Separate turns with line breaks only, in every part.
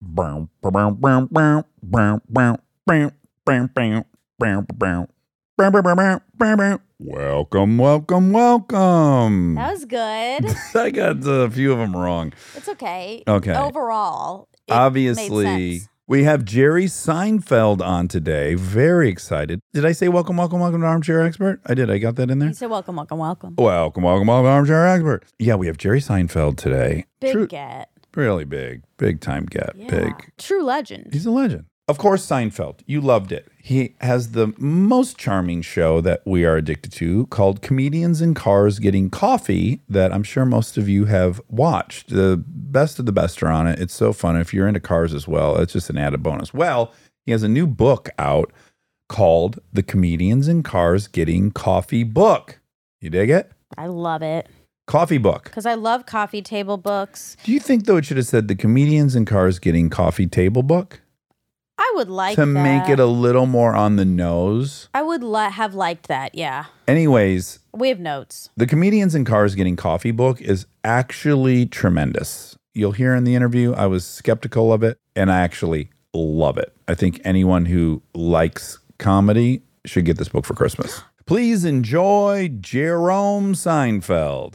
Bow, bow, bow, bow, bow, bow, bow, bow, bow, bow, bow, bow, bow, bow, bow, bow, bow, bow. Welcome, welcome, welcome.
That was good.
I got a few of them wrong.
it's okay.
Okay.
Overall, it Oh, made
Obviously,
sense.
we have Jerry Seinfeld on today. Very excited. Did I say welcome, welcome, welcome to Armchair Expert? I did. I got that in there.
You said welcome, welcome, welcome.
Welcome, welcome, welcome, to Armchair Expert. Yeah, we have Jerry Seinfeld today.
Big
True-
get.
really big, big time get,
Yeah.
big.
True legend.
He's a legend. Of course, Seinfeld. You loved it. He has the most charming show that we are addicted to called Comedians in Cars Getting Coffee, that I'm sure most of you have watched. The best of the best are on it. It's so fun. If you're into cars as well, it's just an added bonus. Well, he has a new book out called The Comedians in Cars Getting Coffee Book. You dig it?
I love it
Coffee book.
because I love coffee table books.
Do you think, though, it should have said The Comedians in Cars Getting Coffee Table Book?
I would like
to
that.
make it a little more on the nose.
I would li- have liked that. Yeah.
Anyways,
We have notes.
the comedians in cars getting coffee book is actually tremendous. You'll hear in the interview I was skeptical of it and I actually love it. I think anyone who likes comedy should get this book for Christmas. Please enjoy Jerome Seinfeld.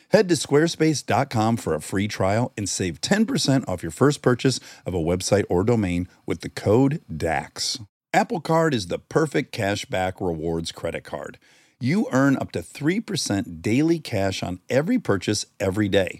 Head to squarespace.com for a free trial and save 10% off your first purchase of a website or domain with the code DAX. Apple Card is the perfect cashback rewards credit card. You earn up to 3% daily cash on every purchase every day.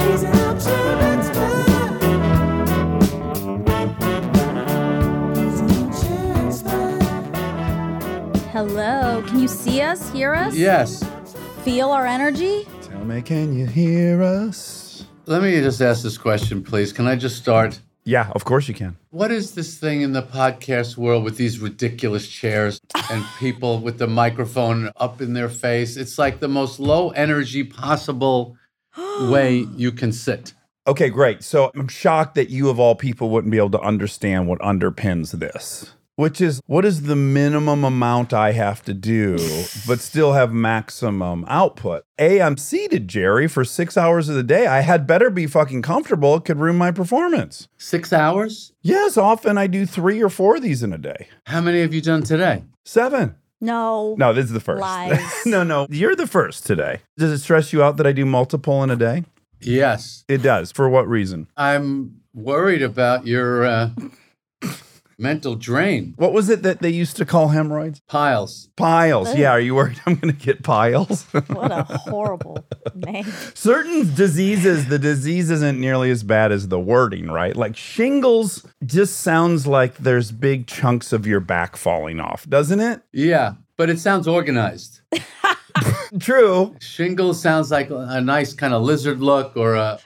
He's an armchair expert. He's an armchair expert.
Hello. Can you see us, hear us?
Yes.
Feel our energy?
Tell me, can you hear us?
Let me just ask this question, please. Can I just start?
Yeah, of course you can.
What is this thing in the podcast world with these ridiculous chairs and people with the microphone up in their face? It's like the most low energy possible way you can sit.
Okay, great. So I'm shocked that you, of all people, wouldn't be able to understand what underpins this, which is what is the minimum amount I have to do, but still have maximum output? A, I'm seated, Jerry, for six hours of the day. I had better be fucking comfortable. It could ruin my performance.
Six hours?
Yes, often I do three or four of these in a day.
How many have you done today?
Seven.
No.
No, this is the first.
Lies.
no, no, you're the first today. Does it stress you out that I do multiple in a day?
Yes.
It does. For what reason?
I'm worried about your uh, mental drain.
What was it that they used to call hemorrhoids?
Piles.
Piles. Yeah, are you worried I'm going to get piles?
What a horrible name.
Certain diseases, the disease isn't nearly as bad as the wording, right? Like shingles just sounds like there's big chunks of your back falling off, doesn't it?
Yeah, but it sounds organized.
True.
Shingle sounds like a nice kind of lizard look or a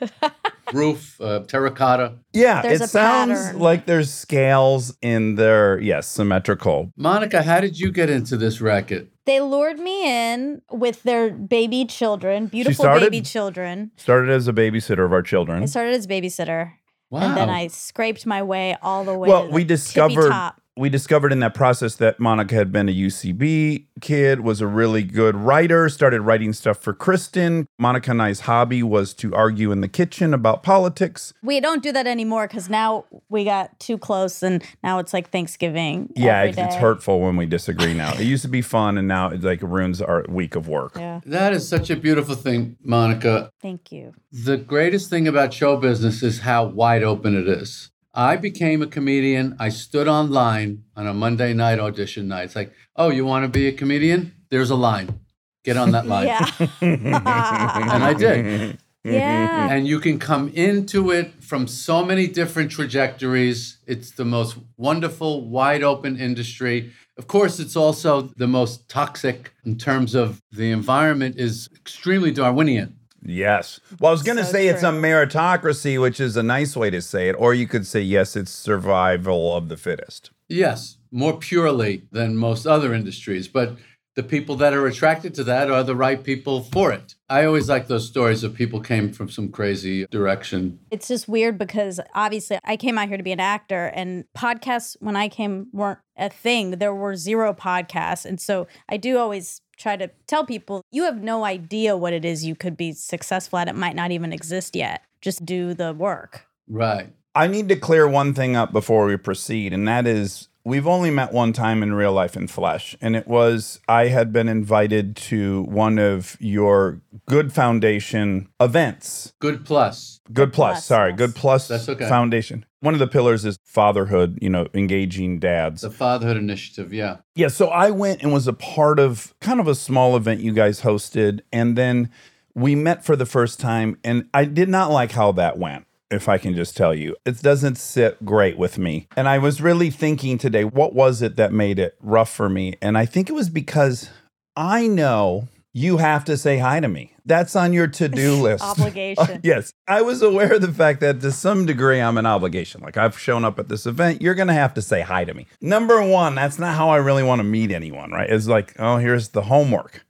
roof, uh, terracotta.
Yeah,
There's
it
a
sounds
pattern.
like there's scales in there. Yes, symmetrical.
Monica, how did you get into this racket?
They lured me in with their baby children, beautiful
started-
baby children.
Started as a babysitter of our children.
I started as babysitter,
Wow.
and then I scraped my way all the way.
Well,
to the
we
tippy
discovered
top.
we discovered in that process that Monica had been a UCB kid, was a really good writer, started writing stuff for Kristen. Monica and I's hobby was to argue in the kitchen about politics.
We don't do that anymore because now we got too close and now it's like Thanksgiving.
Yeah,
every
it's, it's
day.
hurtful when we disagree now. it used to be fun, and now it like ruins our week of work.
Yeah.
That is such a beautiful thing, Monica.
Thank you.
The greatest thing about show business is how wide open it is. I became a comedian. I stood on line on a Monday night audition night. It's like, oh, you want to be a comedian? There's a line. Get on that line.
Yeah.
And I did.
yeah.
And you can come into it from so many different trajectories. It's the most wonderful, wide open industry. Of course, it's also the most toxic in terms of the environment is extremely Darwinian.
Yes. Well, I was going to
So
say it's a
true.
meritocracy, which is a nice way to say it, or you could say yes, it's survival of the fittest.
Yes, more purely than most other industries, but the people that are attracted to that are the right people for it. I always like those stories of people came from some crazy direction.
It's just weird because obviously I came out here to be an actor and podcasts when I came weren't a thing. There were zero podcasts. And so I do always try to tell people you have no idea what it is you could be successful at. It might not even exist yet. Just do the work.
Right.
I need to clear one thing up before we proceed, and that is we've only met one time in real life in flesh, and it was I had been invited to one of your Good Foundation events.
Good plus.
Good Plus,
Plus,
sorry,
yes.
Good Plus
That's okay.
Foundation. One of the pillars is fatherhood, you know, engaging dads.
The fatherhood initiative. Yeah.
Yeah, so I went and was a part of kind of a small event you guys hosted, and then we met for the first time, and I did not like how that went. If I can just tell you, it doesn't sit great with me. And I was really thinking today, what was it that made it rough for me? And I think it was because I know you have to say hi to me. That's on your to do list.
Obligation.
Uh, Yes. I was aware of the fact that to some degree I'm an obligation. Like I've shown up at this event, you're going to have to say hi to me. Number one, that's not how I really want to meet anyone, right? It's like, oh, here's the homework.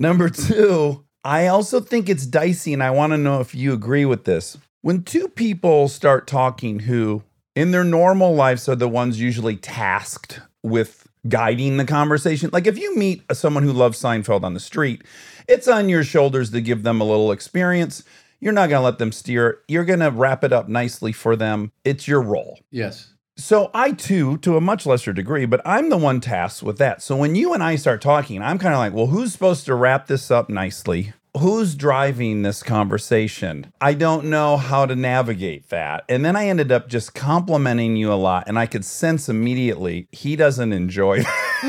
Number two, I also think it's dicey, and I want to know if you agree with this. When two people start talking who, in their normal lives, are the ones usually tasked with guiding the conversation, like if you meet someone who loves Seinfeld on the street, it's on your shoulders to give them a little experience. You're not going to let them steer. You're going to wrap it up nicely for them. It's your role.
Yes.
So I too, to a much lesser degree, but I'm the one tasked with that. So when you and I start talking, I'm kind of like, well, who's supposed to wrap this up nicely? Who's driving this conversation? I don't know how to navigate that. And then I ended up just complimenting you a lot, and I could sense immediately he doesn't enjoy.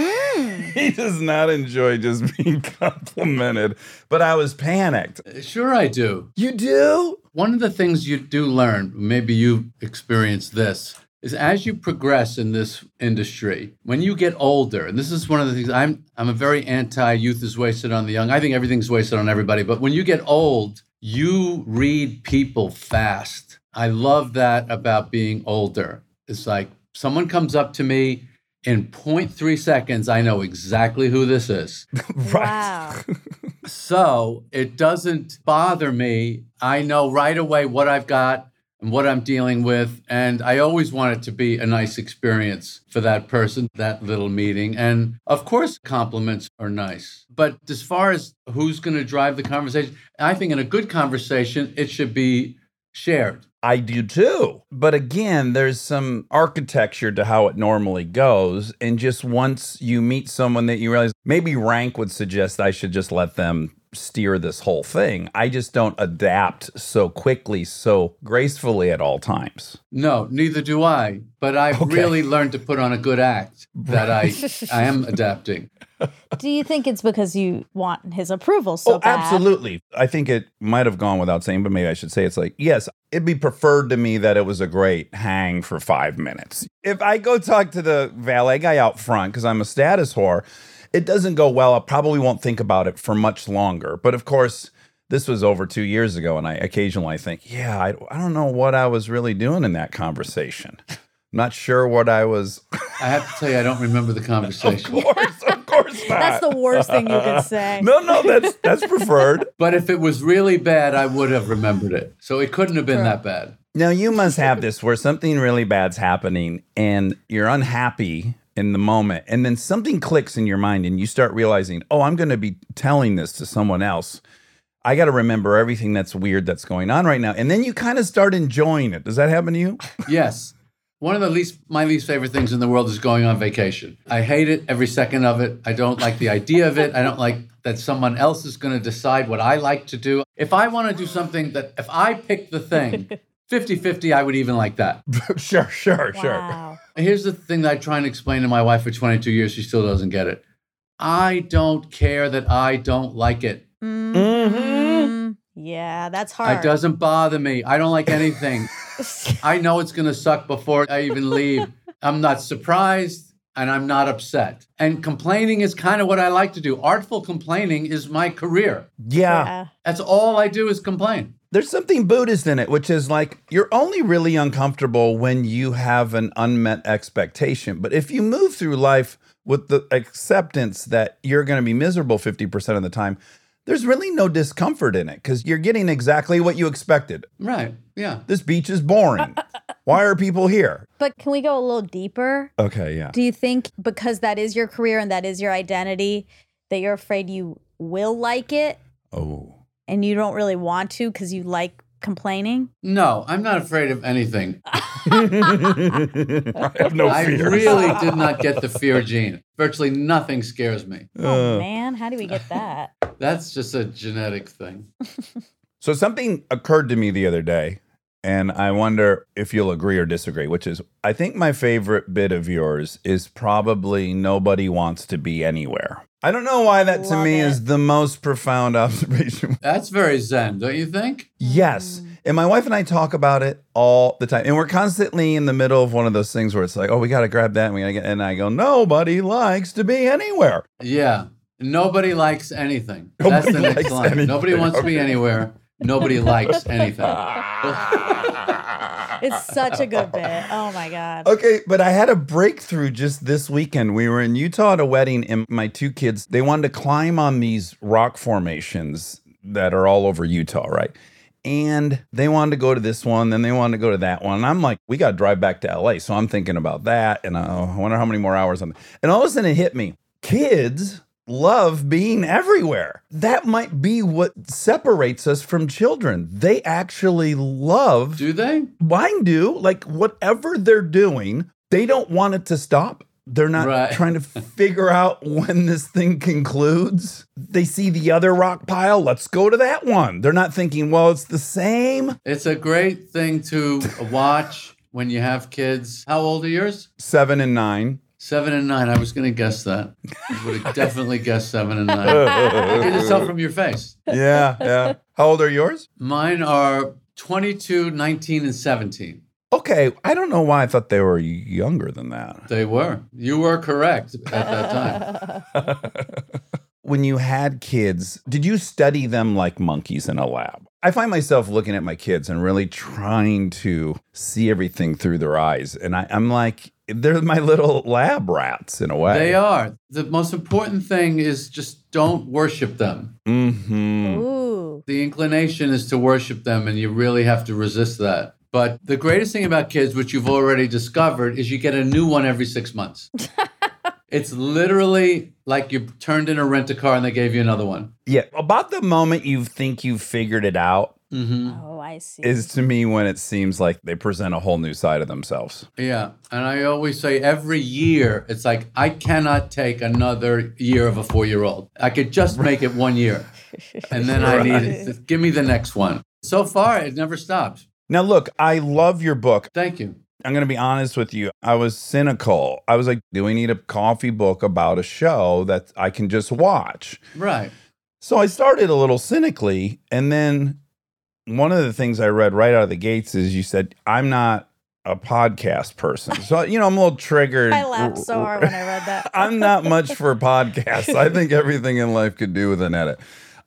he does not enjoy just being complimented. But I was panicked.
Sure, I do.
You do?
One of the things you do learn, maybe you've experienced this, is as you progress in this industry, when you get older, and this is one of the things I'm I'm a very anti youth is wasted on the young. I think everything's wasted on everybody, but when you get old, you read people fast. I love that about being older. It's like someone comes up to me in 0.3 seconds, I know exactly who this is.
Wow.
So it doesn't bother me. I know right away what I've got and what I'm dealing with. And I always want it to be a nice experience for that person, that little meeting. And of course, compliments are nice. But as far as who's going to drive the conversation, I think in a good conversation, it should be shared.
I do too. But again, there's some architecture to how it normally goes. And just once you meet someone that you realize maybe rank would suggest I should just let them steer this whole thing. I just don't adapt so quickly, so gracefully at all times.
No, neither do I. But I've
Okay.
really learned to put on a good act that I, I am adapting.
Do you think it's because you want his approval so
oh,
bad?
absolutely. I think it might have gone without saying, but maybe I should say it's like, yes, it'd be preferred to me that it was a great hang for five minutes. If I go talk to the valet guy out front because I'm a status whore, it doesn't go well. I probably won't think about it for much longer. But of course, this was over two years ago, and I occasionally I think, yeah, I, I don't know what I was really doing in that conversation. not sure what I was.
I have to tell you, I don't remember the conversation.
of course, of course not.
That's the worst thing you could say.
no, no, that's that's preferred.
But if it was really bad, I would have remembered it. So it couldn't have been that bad.
Now you must have this where something really bad's happening and you're unhappy in the moment and then something clicks in your mind and you start realizing, "Oh, I'm going to be telling this to someone else. I got to remember everything that's weird that's going on right now." And then you kind of start enjoying it. Does that happen to you?
Yes. One of the least my least favorite things in the world is going on vacation. I hate it every second of it. I don't like the idea of it. I don't like that someone else is going to decide what I like to do. If I want to do something that if I pick the thing 50-50, I would even like that.
sure, sure, sure.
Wow.
Here's the thing that I try and explain to my wife for 22 years, she still doesn't get it. I don't care that I don't like it.
Mhm. Yeah, that's hard.
It doesn't bother me. I don't like anything. I know it's going to suck before I even leave. I'm not surprised and I'm not upset. And complaining is kind of what I like to do. Artful complaining is my career.
yeah.
Yeah.
That's all I do is complain.
There's something Buddhist in it, which is like you're only really uncomfortable when you have an unmet expectation. But if you move through life with the acceptance that you're going to be miserable 50% of the time, there's really no discomfort in it because you're getting exactly what you expected.
Right. Yeah.
This beach is boring. Why are people here?
But can we go a little deeper?
Okay, yeah.
Do you think because that is your career and that is your identity, that you're afraid you will like it
Oh.
and you don't really want to because you like complaining?
No, I'm not afraid of anything.
I have no
I
fear.
really did not get the fear gene. Virtually nothing scares me.
Uh.
oh man, how do we get that?
That's just a genetic thing.
So something occurred to me the other day, and I wonder if you'll agree or disagree, which is I think my favorite bit of yours is probably nobody wants to be anywhere. I don't know why that to
Love
me
it.
is the most profound observation
That's very zen, don't you think?
Yes.
Mm.
And my wife and I talk about it all the time. And we're constantly in the middle of one of those things where it's like, oh, we got to grab that. And, we gotta get, and I go, nobody likes to be anywhere.
Yeah. Nobody likes anything. That's
Nobody
the next
likes
line. Nobody
anything.
wants to be
Okay.
anywhere. Nobody likes anything.
Ah. It's such a good bit. Oh my god.
Okay, but I had a breakthrough just this weekend. We were in Utah at a wedding, and my two kids they wanted to climb on these rock formations that are all over Utah, right? And they wanted to go to this one, then they wanted to go to that one. And I'm like, we got to drive back to LA. So I'm thinking about that, and uh, I wonder how many more hours I'm. And all of a sudden, it hit me: kids love being everywhere. That might be what separates us from children. They actually love
Do they?
mine do like whatever they're doing they don't want it to stop they're not
Right.
trying to figure out when this thing concludes they see the other rock pile let's go to that one they're not thinking well it's the same
It's a great thing to watch when you have kids. How old are yours?
seven and nine
Seven and nine. I was going to guess that. I would have definitely guessed seven and nine. I can just tell from your face.
yeah yeah how old are yours
Mine are 22, 19, and 17.
okay i don't know why i thought they were younger than that
They were. You were correct at that time.
when you had kids did you study them like monkeys in a lab i find myself looking at my kids and really trying to see everything through their eyes and I, i'm like they're my little lab rats in a way
They are. The most important thing is just don't worship them.
hmm
Ooh.
The inclination is to worship them, and you really have to resist that. But the greatest thing about kids, which you've already discovered, is you get a new one every six months. it's literally like you turned in a rent a car and they gave you another one.
yeah about the moment you think you've figured it out
hmm
Oh, I see.
is to me when it seems like they present a whole new side of themselves
Yeah. And I always say every year, it's like, I cannot take another year of a four year old. I could just make it one year. And then I need, give me the next one. So far, it never stops.
now look i love your book
Thank you.
I'm going to be honest with you. I was cynical. I was like, do we need a coffee book about a show that I can just watch?
Right.
So I started a little cynically. And then one of the things I read right out of the gates is you said, I'm not a podcast person. So, you know, I'm a little triggered.
I laughed so hard when I read that.
I'm not much for podcasts. I think everything in life could do with an edit.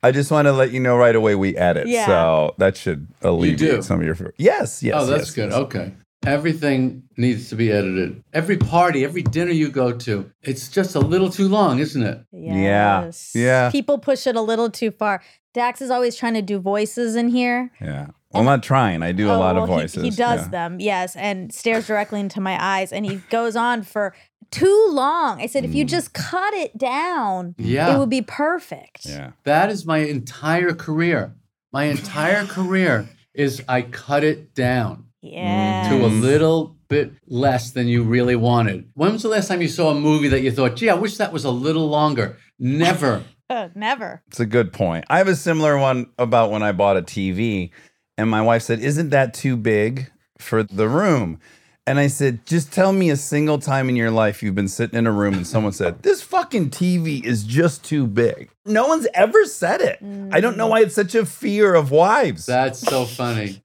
I just want to let you know right away we edit.
Yeah.
So that should alleviate
do?
some of your fear. Yes, yes.
oh, that's
yes,
good.
yes.
Okay. Everything needs to be edited. Every party, every dinner you go to, it's just a little too long, isn't it?
Yeah.
Yes.
Yeah.
People push it a little too far. Dax is always trying to do voices in here.
Yeah. Well, I'm not trying. I do a
Oh,
lot of
well, he-
voices.
He, does
yeah.
them, yes, and stares directly into my eyes. And he goes on for too long. I said, if you
Mm.
just cut it down,
Yeah.
it would be perfect.
Yeah.
That is my entire career. My entire career is I cut it down
Mm-hmm.
Yes.
to a little bit less than you really wanted. When was the last time you saw a movie that you thought, gee, I wish that was a little longer? Never.
Uh, never.
It's a good point. I have a similar one about when I bought a TV, and my wife said, Isn't that too big for the room? And I said, Just tell me a single time in your life you've been sitting in a room and someone said, This fucking TV is just too big. No one's ever said it. I don't know why it's such a fear of wives.
That's so funny.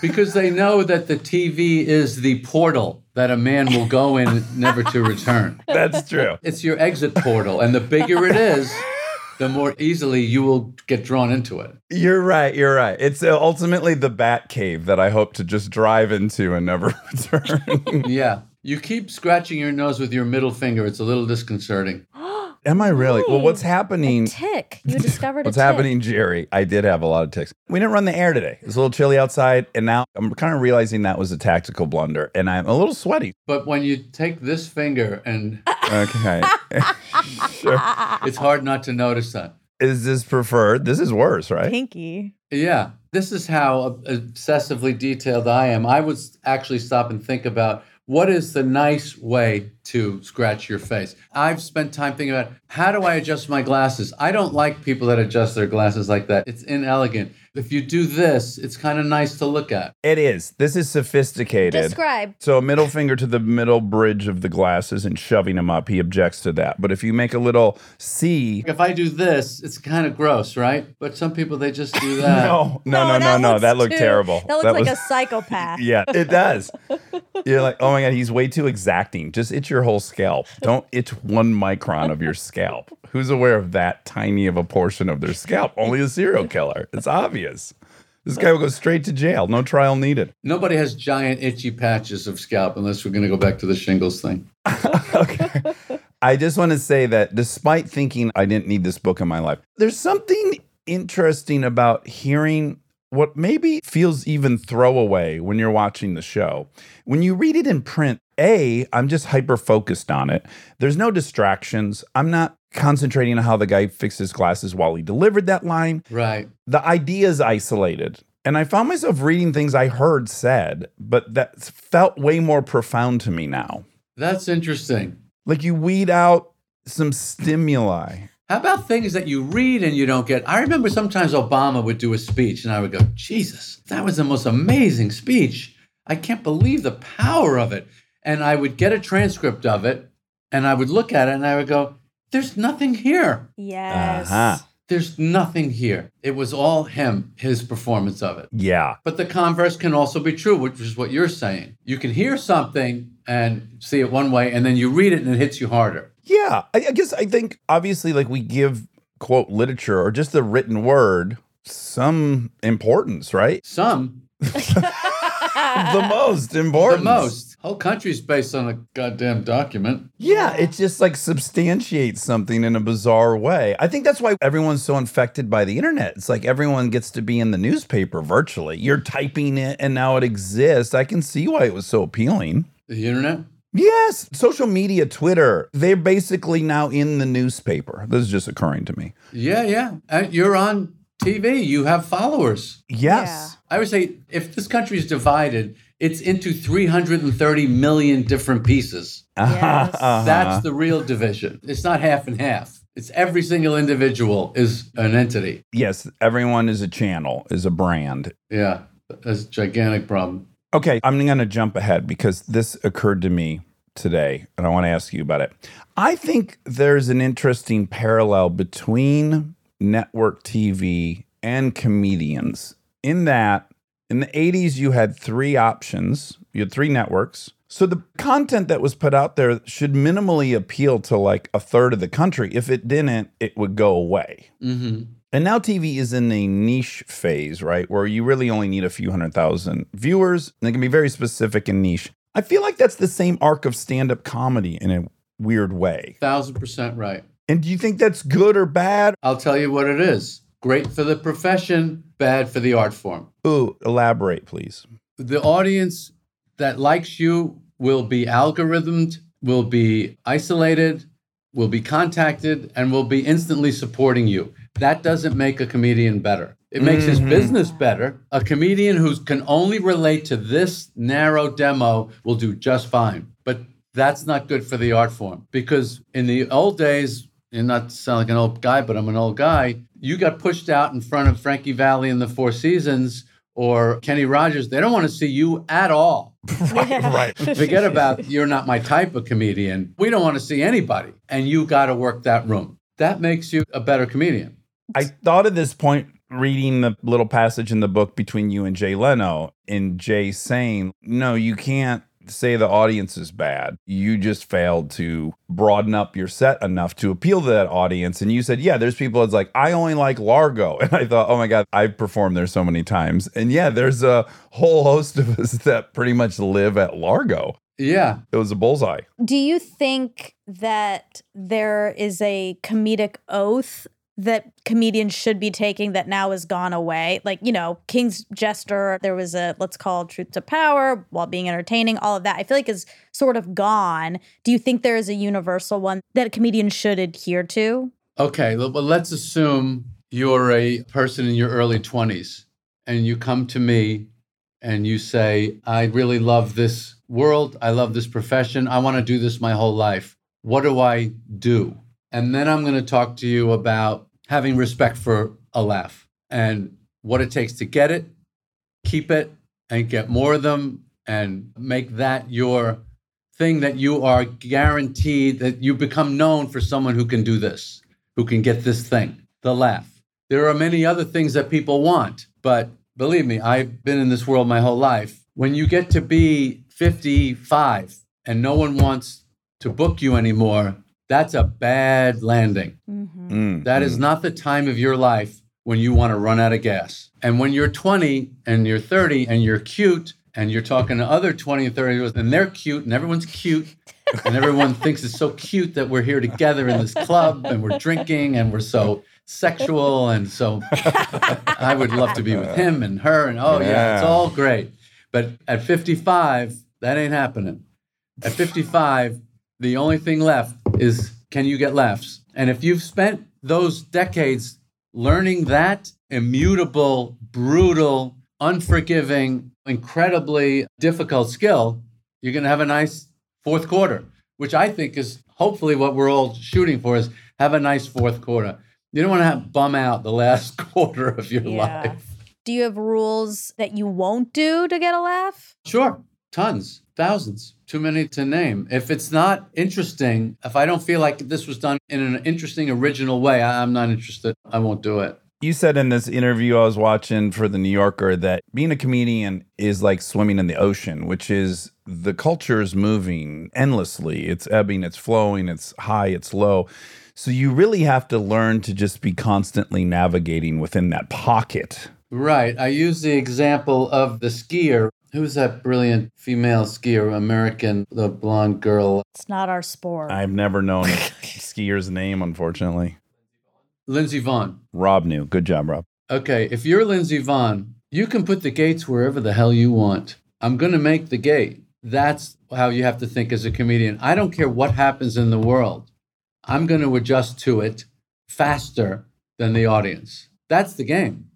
Because they know that the TV is the portal that a man will go in never to return.
That's true.
It's your exit portal. And the bigger it is, the more easily you will get drawn into it.
You're right. You're right. It's uh, ultimately the bat cave that I hope to just drive into and never return.
Yeah. You keep scratching your nose with your middle finger. It's a little disconcerting.
Am I really? Well, what's
A
happening?
tick. You discovered
Mm. What's
a tick.
happening, Jerry? I did have a lot of ticks. We didn't run the air today. It's a little chilly outside, and now I'm kind of realizing that was a tactical blunder, and I'm a little sweaty.
But when you take this finger, and
Okay,
it's hard not to notice that.
is this preferred? This is worse, right?
Pinky.
Yeah, this is how ob- obsessively detailed I am. I would s- actually stop and think about what is the nice way to scratch your face. I've spent time thinking about how do I adjust my glasses? I don't like people that adjust their glasses like that. It's inelegant. If you do this, it's kind of nice to look at.
It is. This is sophisticated.
Describe.
so a middle finger to the middle bridge of the glasses and shoving them up. He objects to that. But if you make a little C,
If I do this, it's kind of gross, right? But some people they just do that.
no, no, no, no, no,
looks
that looked
too-
terrible.
That looks like
was-
a psychopath.
Yeah, it does. You're like, oh my god, he's way too exacting. Just itch your whole scalp. Don't itch one micron of your scalp. Who's aware of that tiny of a portion of their scalp? Only a serial killer. It's obvious. This guy will go straight to jail. No trial needed.
Nobody has giant itchy patches of scalp unless we're going to go back to the shingles thing.
Okay. I just want to say that despite thinking I didn't need this book in my life, there's something interesting about hearing what maybe feels even throwaway when you're watching the show. When you read it in print, A, I'm just hyper focused on it. There's no distractions. I'm not concentrating on how the guy fixed his glasses while he delivered that line
Right.
the idea is isolated. And I found myself reading things I heard said, but that felt way more profound to me now.
That's interesting.
Like you weed out some stimuli.
How about things that you read and you don't get? I remember sometimes Obama would do a speech and I would go, Jesus, that was the most amazing speech. I can't believe the power of it. And I would get a transcript of it and I would look at it and I would go, There's nothing here.
Yes.
Uh-huh.
There's nothing here. It was all him, his performance of it.
Yeah.
But the converse can also be true, which is what you're saying. You can hear something and see it one way, and then you read it and it hits you harder.
Yeah. I, I guess I think obviously, like we give quote literature or just the written word some importance, right?
Some,
the most
Uh, the
important.
most, whole country's based on a goddamn document.
Yeah, it just like substantiates something in a bizarre way. I think that's why everyone's so infected by the internet. It's like everyone gets to be in the newspaper virtually. You're typing it and now it exists. I can see why it was so appealing.
The internet?
Yes, social media, Twitter, they're basically now in the newspaper. This is just occurring to me.
Yeah, yeah. And you're on TV, you have followers.
Yes.
I would say if this country is divided, it's into 330 million different pieces.
Yes.
Uh-huh.
That's the real division. It's not half and half. It's every single individual is an entity.
yes, everyone is a channel, is a brand.
Yeah, that's a gigantic problem.
Okay, I'm going to jump ahead because this occurred to me today and I want to ask you about it. I think there's an interesting parallel between network TV and comedians in that in the 80s you had three options, you had three networks. So the content that was put out there should minimally appeal to like a third of the country. If it didn't, it would go away.
Mm-hmm.
And now TV is in a niche phase, right? Where you really only need a few hundred thousand viewers. And it can be very specific and niche. I feel like that's the same arc of stand up comedy in a weird way.
Thousand percent right.
And do you think that's good or bad?
I'll tell you what it is. Great for the profession, bad for the art form.
Ooh, elaborate, please.
The audience that likes you will be algorithmed, will be isolated, will be contacted, and will be instantly supporting you. That doesn't make a comedian better. It makes his business better. A comedian who can only relate to this narrow demo will do just fine. But that's not good for the art form because in the old days, and not to sound like an old guy, but I'm an old guy, you got pushed out in front of Frankie Valley in the Four Seasons or Kenny Rogers. They don't want to see you at all.
right.
Forget about you're not my type of comedian. We don't want to see anybody. And you got to work that room. That makes you a better comedian.
I thought at this point, reading the little passage in the book between you and Jay Leno, and Jay saying, No, you can't say the audience is bad. You just failed to broaden up your set enough to appeal to that audience. And you said, Yeah, there's people that's like, I only like Largo. And I thought, Oh my God, I've performed there so many times. And yeah, there's a whole host of us that pretty much live at Largo.
Yeah.
It was a bullseye.
Do you think that there is a comedic oath that comedians should be taking that now has gone away? Like, you know, King's Jester, there was a let's call truth to power while being entertaining, all of that. I feel like is sort of gone. Do you think there is a universal one that a comedian should adhere to?
Okay, well, well, let's assume you're a person in your early 20s and you come to me and you say, I really love this world. I love this profession. I want to do this my whole life. What do I do? And then I'm going to talk to you about having respect for a laugh and what it takes to get it, keep it, and get more of them and make that your thing that you are guaranteed that you become known for someone who can do this, who can get this thing, the laugh. There are many other things that people want, but believe me, I've been in this world my whole life. When you get to be 55 and no one wants to book you anymore, that's a bad landing.
Mm-hmm.
Mm,
That is not the time of your life when you want to run out of gas. And when you're 20 and you're 30 and you're cute and you're talking to other 20 and 30 year olds and they're cute and everyone's cute and everyone thinks it's so cute that we're here together in this club and we're drinking and we're so sexual and so I would love to be with him and her and oh yeah, it's
Yeah.
all great. But at 55, that ain't happening. At 55, the only thing left is can you get laughs? And if you've spent those decades learning that immutable, brutal, unforgiving, incredibly difficult skill, you're going to have a nice fourth quarter, which I think is hopefully what we're all shooting for is have a nice fourth quarter. You don't want to have bum out the last quarter of your life.
Do you have rules that you won't do to get a laugh?
Sure. Tons, thousands, too many to name. If it's not interesting, if I don't feel like this was done in an interesting, original way, I, I'm not interested. I won't do it.
You said in this interview I was watching for the New Yorker that being a comedian is like swimming in the ocean, which is the culture is moving endlessly. It's ebbing, it's flowing, it's high, it's low. So you really have to learn to just be constantly navigating within that pocket.
Right. I use the example of the skier. Who's that brilliant female skier, American, the blonde girl?
It's not our sport.
I've never known a skier's name, unfortunately.
Lindsey Vaughn.
Rob knew. Good job, Rob.
Okay, if you're Lindsey Vaughn, you can put the gates wherever the hell you want. I'm going to make the gate. That's how you have to think as a comedian. I don't care what happens in the world. I'm going to adjust to it faster than the audience. That's the game.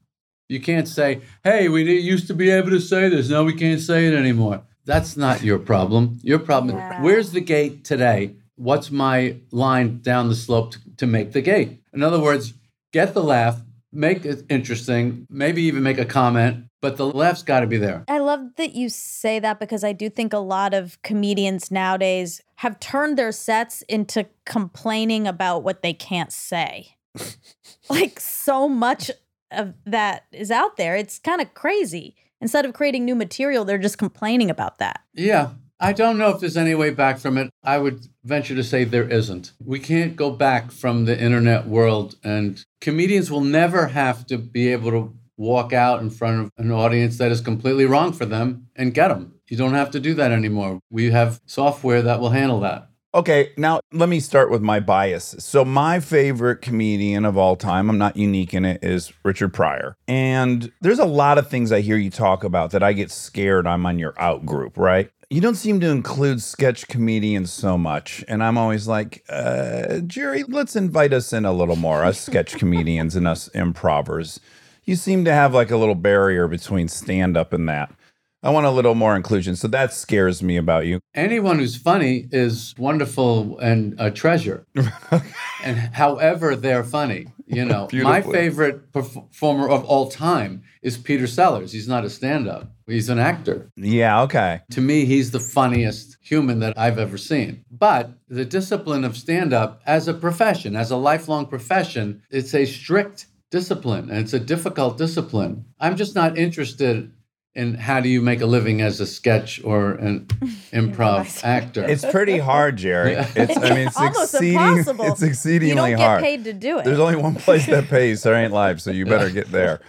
You can't say, "Hey, we didn't- used to be able to say this. Now we can't say it anymore." That's not your problem. Your problem
Yeah.
is where's the gate today? What's my line down the slope to, to make the gate? In other words, get the laugh, make it interesting, maybe even make a comment, but the laugh's got to be there.
I love that you say that because I do think a lot of comedians nowadays have turned their sets into complaining about what they can't say. like so much of that is out there. It's kind of crazy. Instead of creating new material, they're just complaining about that.
Yeah. I don't know if there's any way back from it. I would venture to say there isn't. We can't go back from the internet world, and comedians will never have to be able to walk out in front of an audience that is completely wrong for them and get them. You don't have to do that anymore. We have software that will handle that.
Okay, now let me start with my bias. So, my favorite comedian of all time, I'm not unique in it, is Richard Pryor. And there's a lot of things I hear you talk about that I get scared I'm on your out group, right? You don't seem to include sketch comedians so much. And I'm always like, uh, Jerry, let's invite us in a little more, us sketch comedians and us improvers. You seem to have like a little barrier between stand up and that. I want a little more inclusion. So, that scares me about you.
anyone who's funny is wonderful and a treasure. and however they're funny, you know, my
Beautifully.
favorite perf- performer of all time is Peter Sellers. He's not a stand-up; he's an actor.
Yeah, okay.
To me, he's the funniest human that I've ever seen. But the discipline of stand-up as a profession, as a lifelong profession, it's a strict discipline and it's a difficult discipline. I'm just not interested. in how do you make a living as a sketch or an improv actor?
It's pretty hard, Jerry. It's I mean, it's
Almost
exceeding,
impossible.
It's
You
exceedingly
don't get
hard.
paid to do it.
There's only one place that pays There Ain't Live, so you better get there.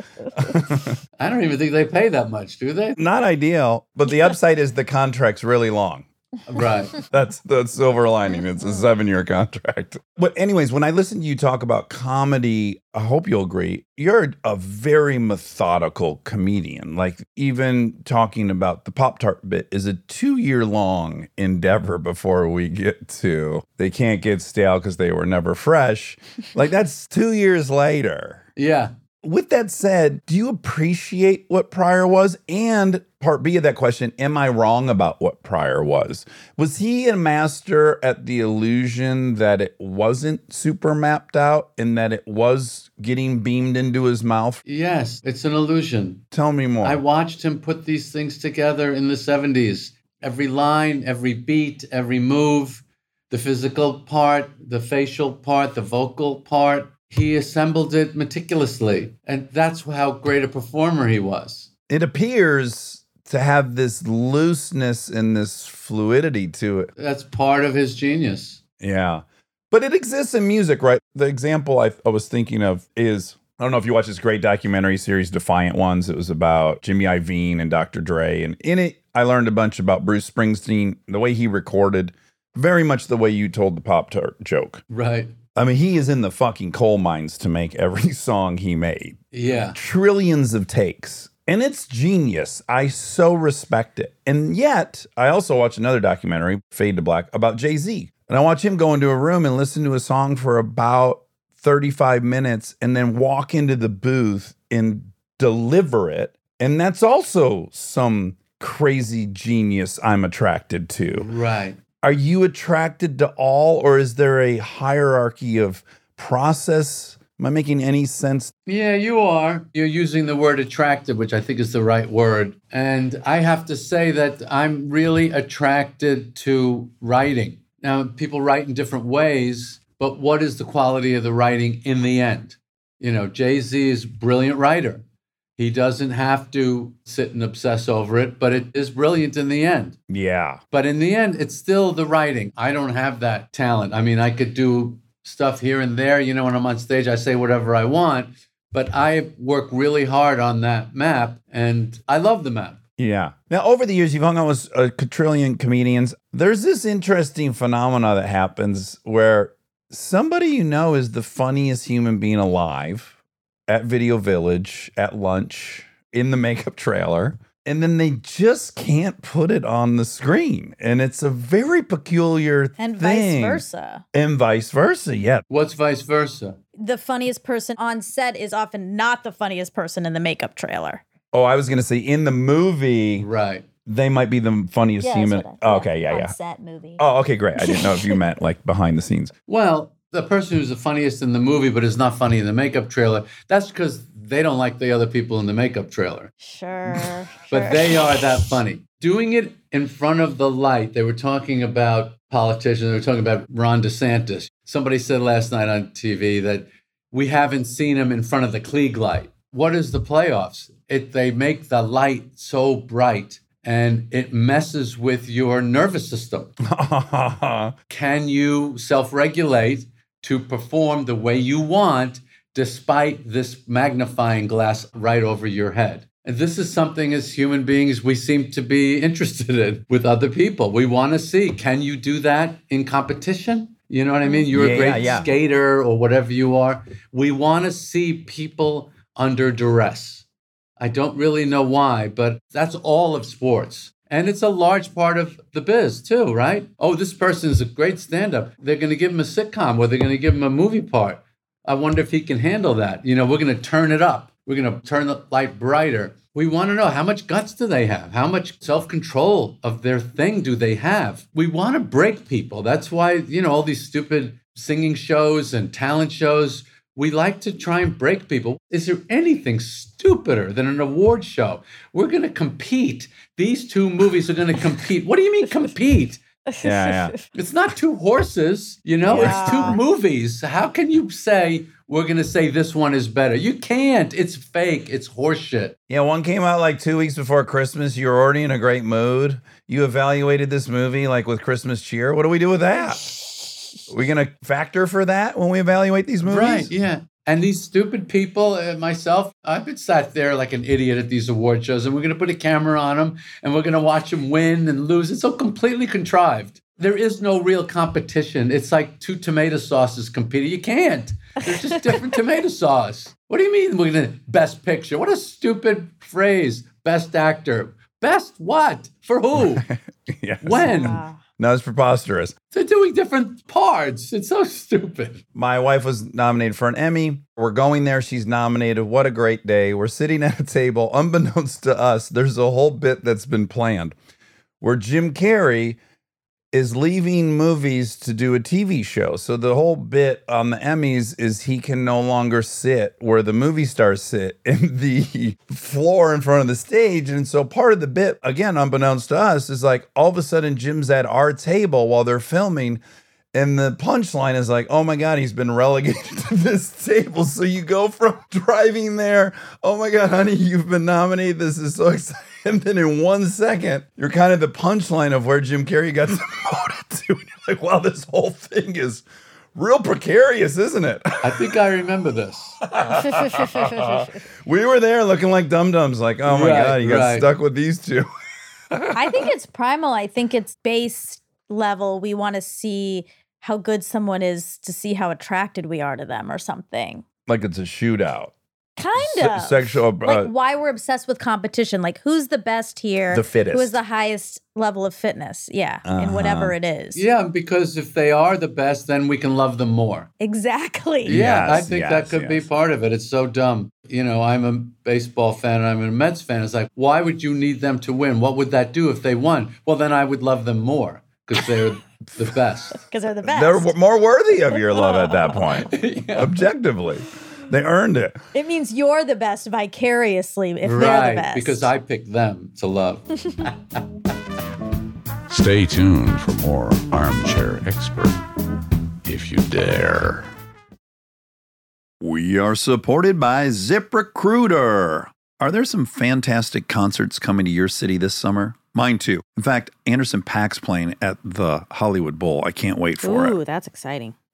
I don't even think they pay that much, do they?
Not ideal, but the upside is the contract's really long.
Right.
That's the silver lining. It's a seven year contract. But, anyways, when I listen to you talk about comedy, I hope you'll agree. You're a very methodical comedian. Like, even talking about the Pop Tart bit is a two year long endeavor before we get to they can't get stale because they were never fresh. Like, that's two years later.
Yeah.
With that said, do you appreciate what Pryor was? And part B of that question, am I wrong about what Pryor was? Was he a master at the illusion that it wasn't super mapped out and that it was getting beamed into his mouth?
Yes, it's an illusion.
Tell me more.
I watched him put these things together in the 70s. Every line, every beat, every move, the physical part, the facial part, the vocal part. He assembled it meticulously. And that's how great a performer he was.
it appears to have this looseness and this fluidity to it.
That's part of his genius.
Yeah. But it exists in music, right? The example I, I was thinking of is I don't know if you watch this great documentary series, Defiant Ones. It was about Jimmy Iovine and Dr. Dre. And in it, I learned a bunch about Bruce Springsteen, the way he recorded, very much the way you told the Pop Tart joke.
Right.
I mean, he is in the fucking coal mines to make every song he made
Yeah.
trillions of takes. And it's genius. I so respect it. And yet, I also watch another documentary, Fade to Black, about Jay Z. And I watch him go into a room and listen to a song for about 35 minutes and then walk into the booth and deliver it. And that's also some crazy genius I'm attracted to.
Right.
Are you attracted to all, or is there a hierarchy of process? Am I making any sense?
Yeah, you are. You're using the word attracted, which I think is the right word. And I have to say that I'm really attracted to writing. Now, people write in different ways, but what is the quality of the writing in the end? You know, Jay Z is a brilliant writer. He doesn't have to sit and obsess over it, but it is brilliant in the end.
Yeah.
But in the end, it's still the writing. I don't have that talent. I mean, I could do stuff here and there. You know, when I'm on stage, I say whatever I want, but I work really hard on that map and I love the map.
Yeah. Now, over the years, you've hung out with a quadrillion comedians. There's this interesting phenomena that happens where somebody you know is the funniest human being alive at Video Village, at lunch, in the makeup trailer, and then they just can't put it on the screen. And it's a very peculiar
and
thing.
vice versa.
And vice versa. Yeah.
What's vice versa?
The funniest person on set is often not the funniest person in the makeup trailer.
Oh, I was going to say in the movie,
Right.
they might be the funniest human. oh, okay. Yeah. Yeah.
Set movie.
Oh, okay. Great. I didn't know if you meant like behind the scenes.
Well, the person who's the funniest in the movie but is not funny in the makeup trailer, that's because they don't like the other people in the makeup trailer.
Sure.
but they are that funny. Doing it in front of the light, they were talking about politicians, they were talking about Ron DeSantis. Somebody said last night on TV that we haven't seen him in front of the Klieg light. What is the playoffs? It they make the light so bright and it messes with your nervous system. Can you self-regulate to perform the way you want despite this magnifying glass right over your head? And this is something as human beings we seem to be interested in with other people. We want to see can you do that in competition? You know what I mean? You're
Yeah,
a great
yeah, yeah.
skater or whatever you are. We want to see people under duress. I don't really know why, but that's all of sports. And it's a large part of the biz too, right? Oh, this person is a great stand up. They're going to give him a sitcom or they're going to give him a movie part. I wonder if he can handle that. You know, we're going to turn it up. We're going to turn the light brighter. We want to know how much guts do they have? How much self control of their thing do they have? We want to break people. That's why, you know, all these stupid singing shows and talent shows, we like to try and break people. Is there anything stupider than an award show? We're going to compete. These two movies are going to compete. What do you mean compete?
Yeah, yeah.
It's not two horses, you know, it's
Yeah.
two movies. How can you say we're going to say this one is better? You can't. It's fake. It's horseshit.
Yeah, one came out like two weeks before Christmas. You're already in a great mood. You evaluated this movie like with Christmas cheer. What do we do with that? we gonna factor for that when we evaluate these movies?
Right. Yeah. And these stupid people, uh, myself, I've been sat there like an idiot at these award shows, and we're going to put a camera on them and we're going to watch them win and lose. It's so completely contrived. There is no real competition. It's like two tomato sauces competing. You can't. There's just different tomato sauce. What do you mean we're going to best picture? What a stupid phrase. Best actor. Best what? For who?
Yes.
when?
Wow.
No, it's preposterous.
They're doing different parts. It's so stupid.
My wife was nominated for an Emmy. We're going there. She's nominated. What a great day. We're sitting at a table. Unbeknownst to us, there's a whole bit that's been planned where Jim Carrey is leaving movies to do a TV show. So the whole bit on the Emmys is he can no longer sit where the movie stars sit in the floor in front of the stage. And so part of the bit, again, unbeknownst to us, is like all of a sudden Jim's at our table while they're filming. And the punchline is like, oh my God, he's been relegated to this table. So you go from driving there, oh my God, honey, you've been nominated. This is so exciting. And then in one second, you're kind of the punchline of where Jim Carrey got demoted to. And you're like, wow, this whole thing is real precarious, isn't it?
I think I remember this.
We were there looking like dum dums, like, oh my
Right,
God, you got
right.
stuck with these two.
I think it's primal. I think it's base level. We want to see how good someone is to see how attracted we are to them or something.
like it's a shootout.
Kind
Se-
of.
sexual. Uh,
like why we're obsessed with competition. Like who's the best here?
The fittest.
Who is the highest level of fitness? Yeah. In whatever it is.
Yeah, because if they are the best, then we can love them more.
Exactly.
Yeah, I
Yes,
think
yes,
that could
yes.
be part of it. It's so dumb. You know, I'm a baseball fan and I'm a Mets fan. It's like, why would you need them to win? What would that do if they won? Well, then I would love them more because they're the best.
Because they're the best.
They're w- more worthy of your love at that point.
Yeah.
Objectively, they earned it.
it means you're the best vicariously if they're the
right,
best.
because I picked them to love.
Stay tuned for more Armchair Expert, if you dare.
We are supported by ZipRecruiter. Are there some fantastic concerts coming to your city this summer? Mine too. In fact, Anderson Pack's playing at the Hollywood Bowl. I can't wait for it.
Ooh, that's exciting.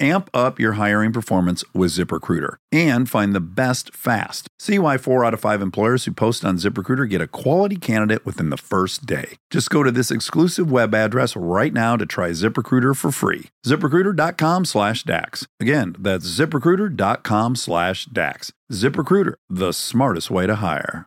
Amp up your hiring performance with ZipRecruiter and find the best fast. See why four out of five employers who post on ZipRecruiter get a quality candidate within the first day. Just go to this exclusive web address right now to try ZipRecruiter for free. ZipRecruiter.com slash DAX. Again, that's ZipRecruiter.com slash DAX. ZipRecruiter, the smartest way to hire.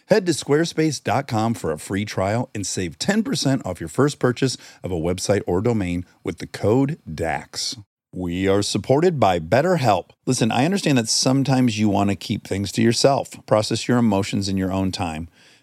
Head to squarespace.com for a free trial and save 10% off your first purchase of a website or domain with the code DAX. We are supported by BetterHelp. Listen, I understand that sometimes you want to keep things to yourself, process your emotions in your own time.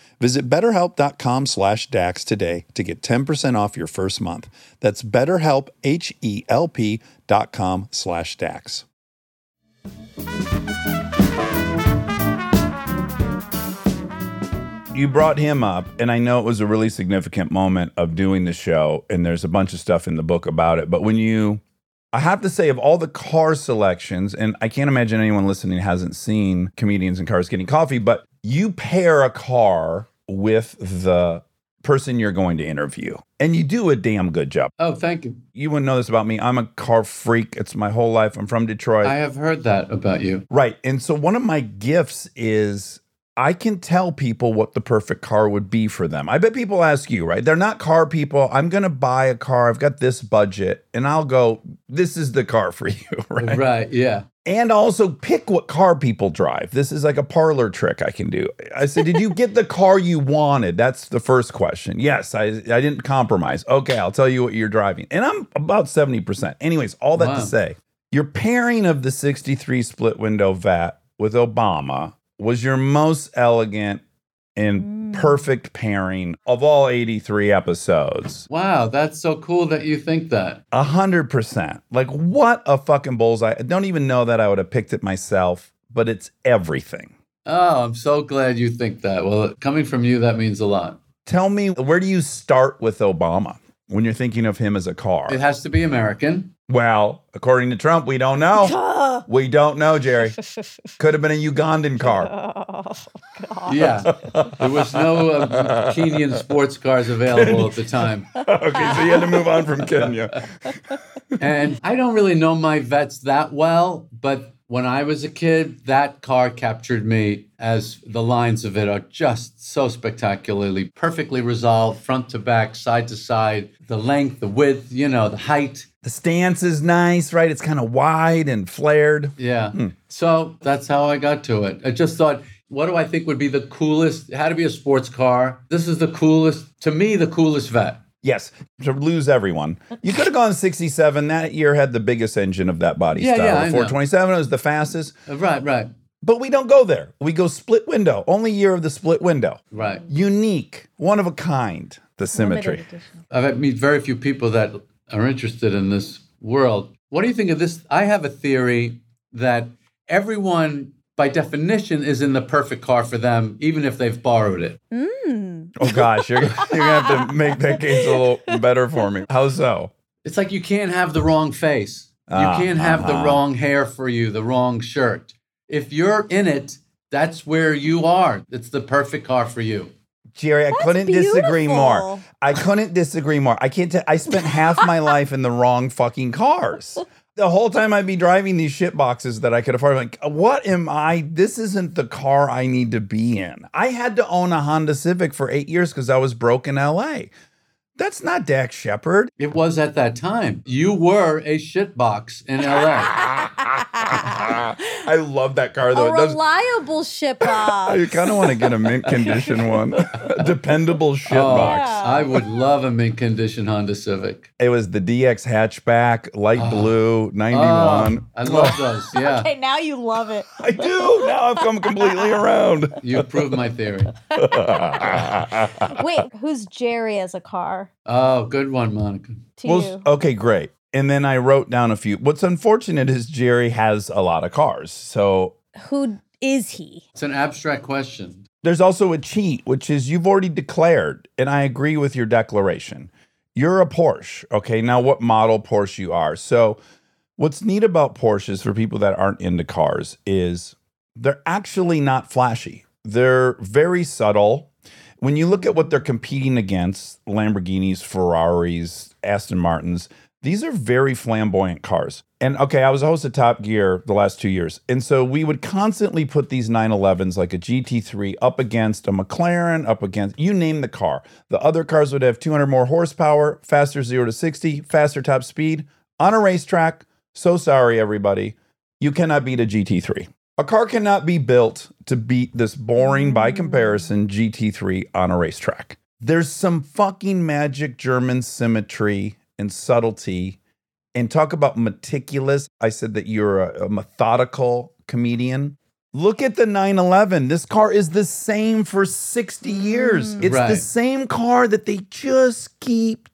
Visit betterhelp.com slash DAX today to get 10% off your first month. That's betterhelp, H-E-L-P dot com slash DAX.
you brought him up, and I know it was a really significant moment of doing the show, and there's a bunch of stuff in the book about it. But when you, I have to say, of all the car selections, and I can't imagine anyone listening hasn't seen comedians and cars getting coffee, but you pair a car with the person you're going to interview, and you do a damn good job.
Oh, thank you.
You wouldn't know this about me. I'm a car freak. It's my whole life. I'm from Detroit.
I have heard that about you.
Right. And so one of my gifts is I can tell people what the perfect car would be for them. I bet people ask you, right? They're not car people. I'm going to buy a car. I've got this budget. And I'll go, this is the car for you, right?
Right. yeah.
And also pick what car people drive. This is like a parlor trick I can do. I said, did you get the car you wanted? That's the first question. Yes, I, I didn't compromise. Okay, I'll tell you what you're driving. And I'm about 70%. Anyways, all that to
Wow.
say, your pairing of the 63 split window vat with Obama was your most elegant and perfect pairing of all 83 episodes.
Wow, that's so cool that you think that.
A hundred percent. Like what a fucking bullseye. I don't even know that I would have picked it myself, but it's everything.
Oh, I'm so glad you think that. Well, coming from you, that means a lot.
Tell me, where do you start with Obama when you're thinking of him as a car?
It has to be American.
well, according to Trump, we don't know. we don't know, Jerry. Could have been a Ugandan car.
Yeah. There was no uh, Kenyan sports cars available at the time.
okay, so you had to move on from Kenya.
And I don't really know my vets that well, but when I was a kid, that car captured me as the lines of it are just so spectacularly perfectly resolved, front to back, side to side, the length, the width, you know, the height.
The stance is nice, right? It's kind of wide and flared.
Yeah. So that's how I got to it. I just thought, what do I think would be the coolest? It had to be a sports car. This is the coolest, to me, the coolest vet.
Yes, to lose everyone. You could have gone 67. That year had the biggest engine of that body
Yeah,
style.
yeah, I
the
know.
427 was the fastest.
Uh, Right, right,
But we don't go there. We go split window. Only year of the split window.
right.
Unique, one of a kind, the symmetry.
I meet very few people that are interested in this world. What do you think of this? I have a theory that everyone, by definition, is in the perfect car for them, even if they've borrowed it.
Oh gosh, you're, you're gonna have to make that case a little better for me. How so?
It's like you can't have the wrong face.
Ah,
you can't have
uh-huh.
the wrong hair for you, the wrong shirt. If you're in it, that's where you are. It's the perfect car for you.
Jerry, I couldn't disagree more.
beautiful.
I couldn't disagree more. I can't tell. I spent half my life in the wrong fucking cars. The whole time I'd be driving these shit boxes that I could afford. Like, what am I? This isn't the car I need to be in. I had to own a Honda Civic for eight years because I was broke in LA. That's not Dax Shepard.
It was at that time. You were a shitbox in LA.
I love that car though.
A
It does,
reliable ship off.
I kind of want to get a mint condition one, dependable shit
Oh.
box.
Yeah.
I would love a mint condition Honda Civic.
It was the DX hatchback, light blue, ninety-one.
Oh, Ah. I love those. Yeah.
okay, now you love it.
I do now. I've come completely around.
You proved my theory.
Wait, who's Jerry as a car
Oh, good one, Monica.
to
Well,
you?
s- okay, great. And then I wrote down a few. What's unfortunate is Jerry has a lot of cars, so
Who is he?
It's an abstract question.
There's also a cheat, which is you've already declared, and I agree with your declaration. You're a Porsche. Okay. Now, what model Porsche you are. So, what's neat about Porsches for people that aren't into cars is they're actually not flashy, they're very subtle. When you look at what they're competing against Lamborghinis, Ferraris, Aston Martins, these are very flamboyant cars. And okay, I was host of Top Gear the last two years. And so we would constantly put these 911s, like a GT3, up against a McLaren, up against you name the car. The other cars would have 200 more horsepower, faster 0 to 60, faster top speed on a racetrack. So sorry, everybody. You cannot beat a GT3. A car cannot be built to beat this boring, by comparison, GT3 on a racetrack. There's some fucking magic German symmetry and subtlety. And talk about meticulous. I said that you're a, a methodical comedian. Look at the 911. This car is the same for 60 years. It's the
Right.
same car that they just keep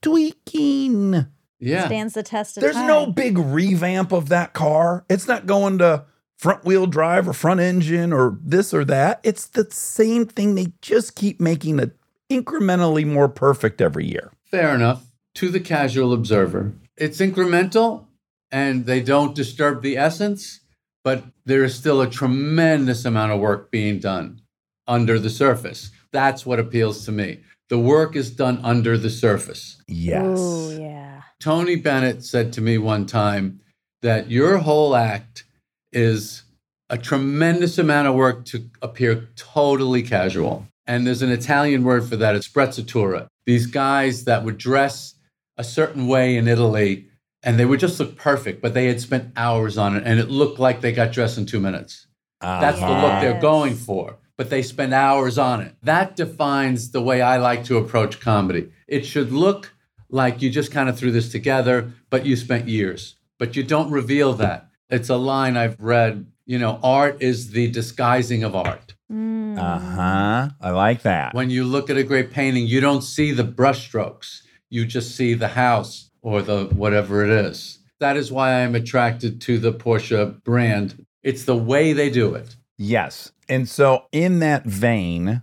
tweaking.
Yeah.
Stands the test of
There's
time.
no big revamp of that car. It's not going to front wheel drive or front engine or this or that. It's the same thing. They just keep making it incrementally more perfect every year.
Fair enough. To the casual observer, it's incremental and they don't disturb the essence, but there is still a tremendous amount of work being done under the surface. That's what appeals to me. The work is done under the surface.
Yes.
Ooh, yeah.
Tony Bennett said to me one time that your whole act is a tremendous amount of work to appear totally casual. And there's an Italian word for that, it's sprezzatura. These guys that would dress a certain way in Italy and they would just look perfect, but they had spent hours on it and it looked like they got dressed in two minutes.
Uh-huh.
That's the look they're
Yes.
going for, but they spend hours on it. That defines the way I like to approach comedy. It should look like you just kind of threw this together, but you spent years, but you don't reveal that. It's a line I've read, you know, art is the disguising of art.
Mm.
Uh huh. I like that.
When you look at a great painting, you don't see the brushstrokes, you just see the house or the whatever it is. That is why I'm attracted to the Porsche brand. It's the way they do it.
Yes. And so, in that vein,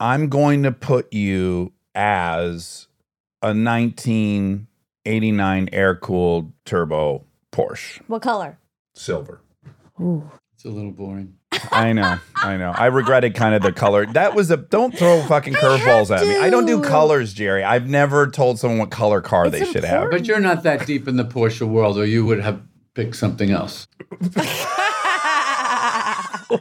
I'm going to put you as a 1989 air cooled turbo Porsche
What color?
silver.
It's a little boring.
I know, I know. I regretted kind of the color. That was a don't throw fucking curveballs at me. I don't do
to.
colors, Jerry. I've never told someone what color car
It's
they should have.
But you're not that deep in the Porsche world, or you would have picked something else.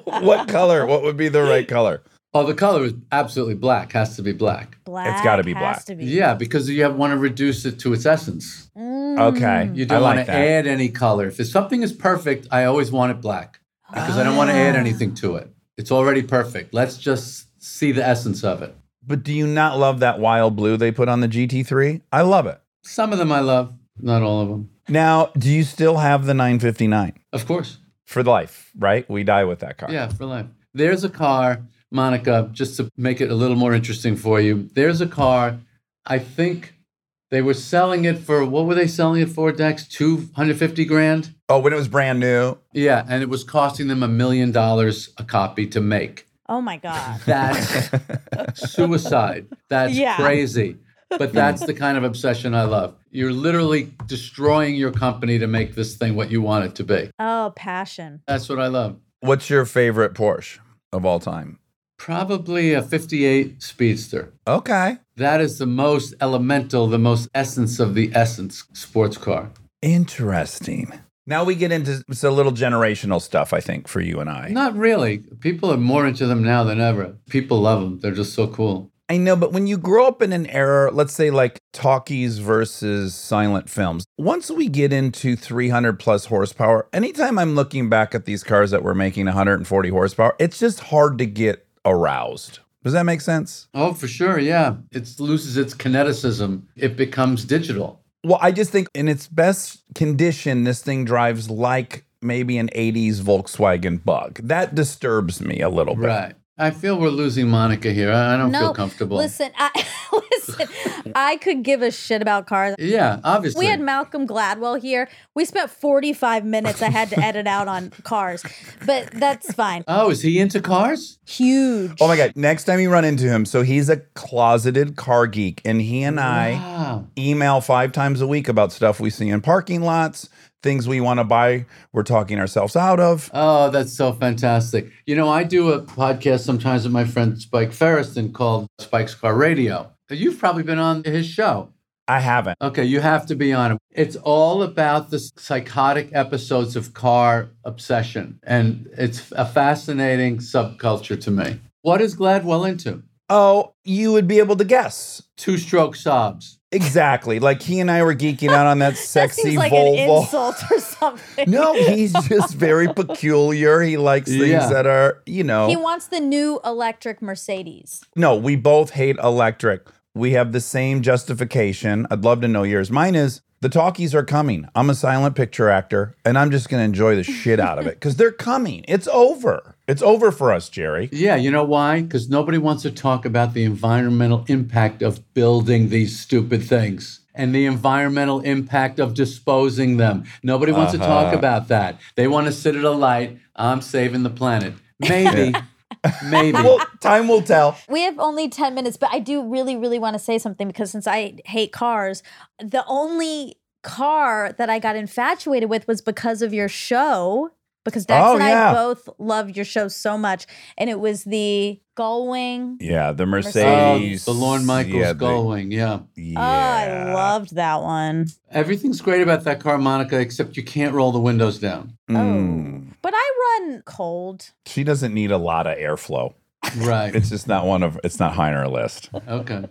what color? What would be the right color?
Oh, the color is absolutely black. Has to be black.
black.
It's gotta be
has
black.
to be.
Yeah, because you have, want to reduce it to its essence.
Mm.
Okay,
You
I
don't
like
want to
that.
add any color. If something is perfect, I always want it black because I don't want to
Ah.
add anything to it. It's already perfect. Let's just see the essence of it.
But do you not love that wild blue they put on the GT3? I love it.
Some of them I love, not all of them.
Now, do you still have the 959
Of course.
for life? Right? We die with that car.
Yeah, for life. There's a car, Monica, just to make it a little more interesting for you. There's a car, I think they were selling it for, what were they selling it for, Dex? 250 grand?
Oh, when it was brand new.
Yeah, and it was costing them a million dollars a copy to make.
Oh my god.
That's suicide. That's
Yeah.
crazy. But that's the kind of obsession I love. You're literally destroying your company to make this thing what you want it to be.
Oh, passion.
That's what I love.
What's your favorite Porsche of all time?
Probably a 58 Speedster.
Okay.
That is the most elemental, the most essence of the essence sports car.
Interesting. Now we get into it's a little generational stuff, I think, for you and I.
Not really. People are more into them now than ever. People love them. They're just so cool.
I know, but when you grow up in an era, let's say like talkies versus silent films, once we get into 300 plus horsepower, anytime I'm looking back at these cars that were making 140 horsepower, it's just hard to get aroused. Does that make sense?
Oh, for sure. Yeah. It loses its kineticism. It becomes digital.
Well, I just think in its best condition, this thing drives like maybe an 80s Volkswagen bug. That disturbs me a little bit.
Right. I feel we're losing Monica here. I I don't feel comfortable.
Listen, I listen. I could give a shit about cars.
Yeah, obviously.
We had Malcolm Gladwell here. We spent 45 minutes I had to edit out on cars. But that's fine.
oh, is he into cars?
Huge.
Oh my God. Next time you run into him, so he's a closeted car geek, and he and I.
Wow.
email five times a week about stuff we see in parking lots, things we want to buy, we're talking ourselves out of.
Oh, that's so fantastic. You know, I do a podcast sometimes with my friend Spike Ferriston called Spike's Car Radio. You've probably been on his show.
I haven't.
Okay, you have to be on it. It's all about the psychotic episodes of car obsession, and it's a fascinating subculture to me. What is Gladwell into?
Oh, you would be able to guess.
Two stroke sobs.
Exactly. Like he and I were geeking out on that
that
sexy
seems like an
Volvo.
insult or something.
no, he's just very peculiar. He likes things
Yeah.
that are, you know.
He wants the new electric Mercedes.
no, we both hate electric. We have the same justification. I'd love to know yours. Mine is the talkies are coming. I'm a silent picture actor, and I'm just going to enjoy the shit out of it because they're coming. It's over. It's over for us, Jerry.
Yeah, you know why? Because nobody wants to talk about the environmental impact of building these stupid things and the environmental impact of disposing them. Nobody wants to talk about that. They want to sit at a light. I'm saving the planet. Maybe, maybe.
well, time will tell.
We have only 10 minutes, but I do really, really want to say something because since I hate cars, the only car that I got infatuated with was because of your show. Because Dax
Oh,
and
yeah.
I both love your show so much. And it was the Gullwing.
Yeah, the
Oh,
Mercedes.
the Lorne Michaels
yeah, the-
going, yeah.
Oh, I loved that one.
Everything's great about that car, Monica, except you can't roll the windows down.
Mm.
But I run cold.
She doesn't need a lot of airflow.
Right.
It's just not one of. It's not high on her list.
Okay.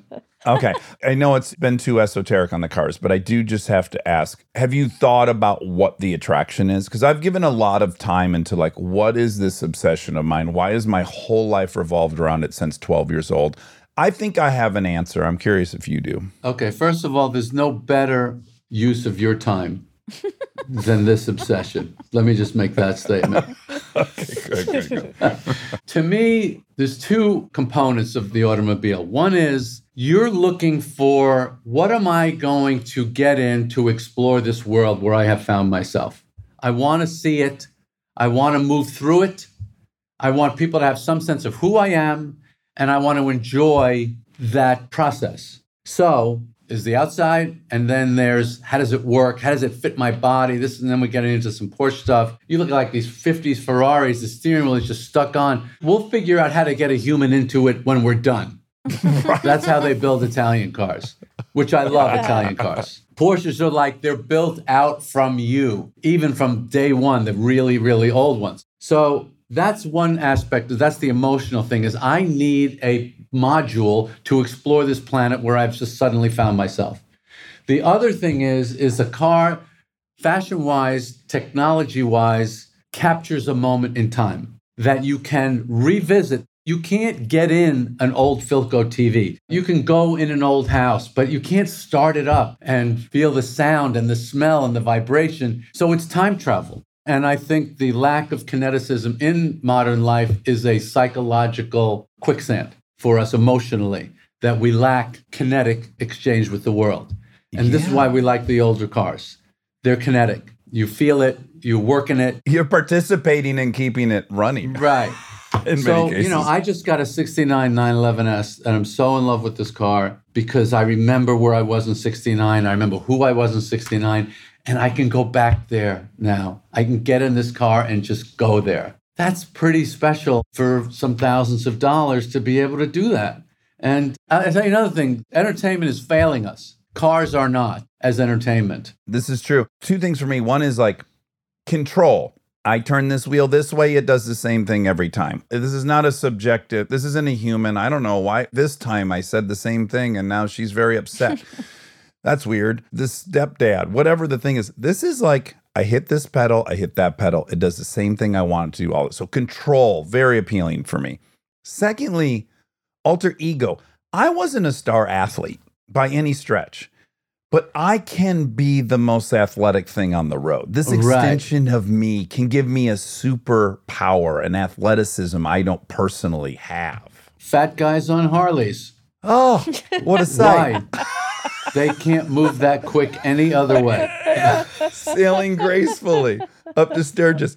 Okay, I know it's been too esoteric on the cars, but I do just have to ask: Have you thought about what the attraction is? Because I've given a lot of time into like, what is this obsession of mine? Why is my whole life revolved around it since twelve years old? I think I have an answer. I'm curious if you do.
Okay, first of all, there's no better use of your time than this obsession. Let me just make that statement.
Good, good, good.
to me, there's two components of the automobile. One is you're looking for what am I going to get in to explore this world where I have found myself? I want to see it. I want to move through it. I want people to have some sense of who I am, and I want to enjoy that process. So, is the outside, and then there's how does it work? How does it fit my body? This, and then we're getting into some Porsche stuff. You look like these 50s Ferraris, the steering wheel is just stuck on. We'll figure out how to get a human into it when we're done. That's how they build Italian cars, which I love Italian cars. Porsches are like they're built out from you, even from day one, the really, really old ones. So that's one aspect. That's the emotional thing is I need a module to explore this planet where I've just suddenly found myself. The other thing is, is a car, fashion wise, technology wise, captures a moment in time that you can revisit. You can't get in an old Philco TV. You can go in an old house, but you can't start it up and feel the sound and the smell and the vibration. So it's time travel. And I think the lack of kineticism in modern life is a psychological quicksand for us emotionally, that we lack kinetic exchange with the world. And this is why we like the older cars. They're kinetic. You feel it, you work in it.
You're participating in keeping it running.
Right.
In
so,
many cases,
you know, I just got a 69 911S and I'm so in love with this car because I remember where I was in 69. I remember who I was in 69. And I can go back there now. I can get in this car and just go there. That's pretty special for some thousands of dollars to be able to do that. And I'll tell you another thing entertainment is failing us. Cars are not as entertainment.
this is true. Two things for me. One is like control. I turn this wheel this way, it does the same thing every time. This is not a subjective. This isn't a human. I don't know why this time I said the same thing and now she's very upset. That's weird. This stepdad, whatever the thing is, this is like I hit this pedal, I hit that pedal. It does the same thing I want it to do all so control, very appealing for me. Secondly, alter ego. I wasn't a star athlete by any stretch, but I can be the most athletic thing on the road. This
Right.
extension of me can give me a superpower, an athleticism I don't personally have.
Fat guys on Harleys.
Oh, what a sight.
Why? they can't move that quick any other way.
sailing gracefully up to Sturgis.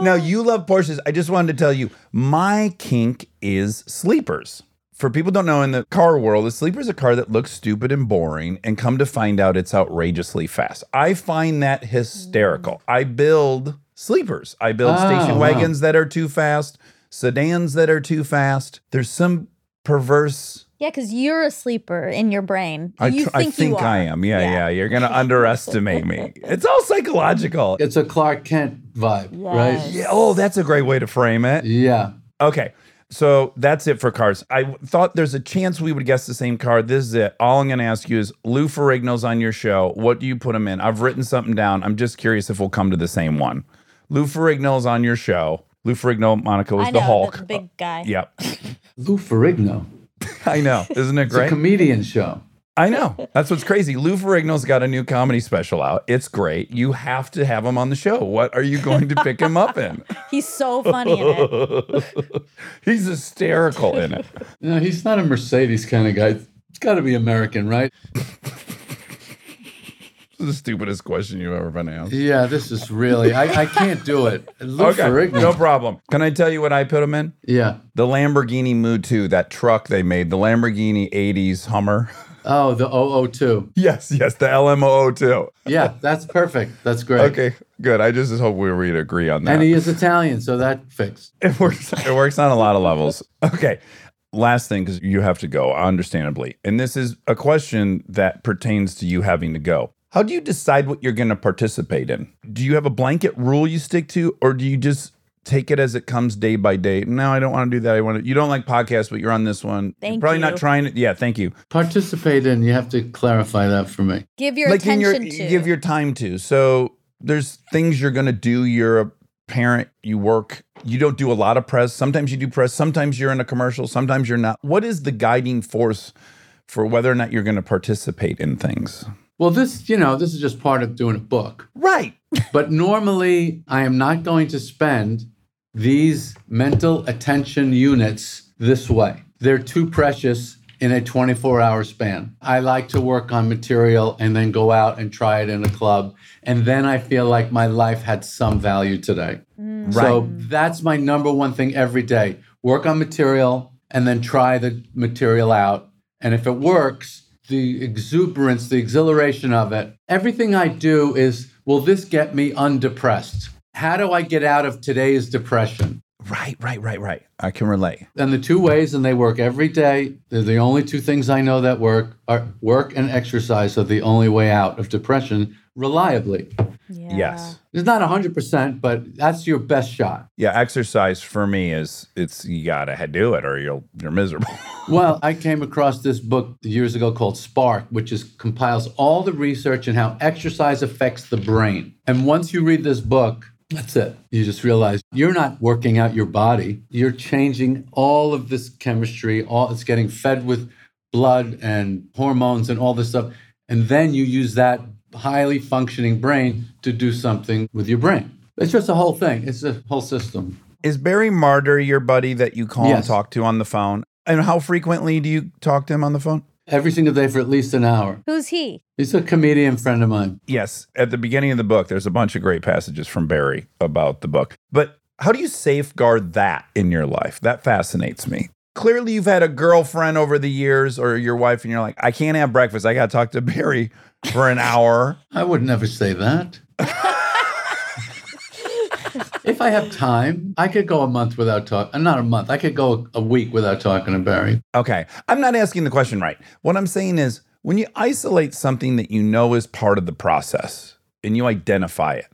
Now you love Porsches. I just wanted to tell you, my kink is sleepers. For people who don't know in the car world, a sleeper is a car that looks stupid and boring, and come to find out it's outrageously fast. I find that
Mm.
hysterical. I build sleepers. I build
Oh,
station
wow.
wagons that are too fast, sedans that are too fast. There's some perverse
Yeah, because you're a sleeper in your brain.
I,
you
tr-
think
I think
you are.
I am. Yeah, yeah, You're going to underestimate me. It's all psychological.
It's a Clark Kent vibe, right?
Yes.
Yeah, oh, that's a great way to frame it.
Yeah.
Okay. So that's it for cars. I w- thought there's a chance we would guess the same car. This is it. All I'm going to ask you is Lou Ferrigno's on your show. What do you put him in? I've written something down. I'm just curious if we'll come to the same one. Lou Ferrigno's on your show. Lou Ferrigno, Monica, was
I
the
know,
Hulk.
The big guy.
Yep.
Lou Ferrigno.
I know. Isn't it
It's a
great?
comedian show.
I know. That's what's crazy. Lou Ferrigno's got a new comedy special out. It's great. You have to have him on the show. What are you going to pick him up in?
He's so funny in it.
He's hysterical in it.
No, he's not a Mercedes kind of guy. It's got to be American, right?
This is the stupidest question you've ever been asked.
Yeah, this is really, I, I can't do it. Lou
Okay,
Ferrigno.
no problem. Can I tell you what I put him in?
yeah.
The Lamborghini Mood 2, that truck they made, the Lamborghini 80s Hummer.
Oh, the 002.
Yes, yes, the LMO2.
Yeah, that's perfect. That's great.
Okay, good. I just hope we would agree on that.
And he is Italian, so that fixed.
it works it works on a lot of levels okay last thing because you have to go understandably and this is a question that pertains to you having to go how do you decide what you're going to participate in do you have a blanket rule you stick to or do you just take it as it comes day by day no i don't want to do that i want to you don't like podcasts but you're on this one You're
Thank
probably not
you.
trying to yeah thank you
Participate in, you have to clarify that for me.
Give your
like in
attention
your
to.
give your time to so there's things you're going to do you're a parent you work you don't do a lot of press sometimes you do press sometimes you're in a commercial sometimes you're not what is the guiding force for whether or not you're going to participate in things
Mm-hmm.
Well, this, you know, this is just part of doing a book.
right
But normally, I am not going to spend these mental attention units this way. They're too precious in a 24 hour span. I like to work on material and then go out and try it in a club. And then I feel like my life had some value today. So that's my number one thing every day work on material and then try the material out. And if it works, the exuberance, the exhilaration of it, everything I do is will this get me undepressed? How do I get out of today's depression?
right right right right i can relate
And the two ways, and they work every day, they're the only two things I know that work are work and exercise are the only way out of depression reliably.
Yeah.
yes
It's not 100%, but that's your best shot.
yeah exercise for me is it's you gotta do it or you'll you're miserable
Well, I came across this book years ago called Spark, which is compiles all the research on how exercise affects the brain. And once you read this book, that's it. You just realize you're not working out your body. You're changing all of this chemistry. All it's getting fed with blood and hormones and all this stuff. And then you use that highly functioning brain to do something with your brain. It's just a whole thing. It's a whole system.
is barry martyr your buddy that you call and
Yes.
talk to on the phone and how frequently do you talk to him on the phone
Every single day for at least an hour.
Who's he?
He's a comedian friend of mine.
Yes, at the beginning of the book, there's a bunch of great passages from Barry about the book. But how do you safeguard that in your life? That fascinates me. Clearly, you've had a girlfriend over the years or your wife, and you're like, I can't have breakfast. I got to talk to Barry for an hour.
I would never say that. if I have time, I could go a month without talking. Not a month. I could go a week without talking to Barry.
Okay. I'm not asking the question right. What I'm saying is when you isolate something that you know is part of the process and you identify it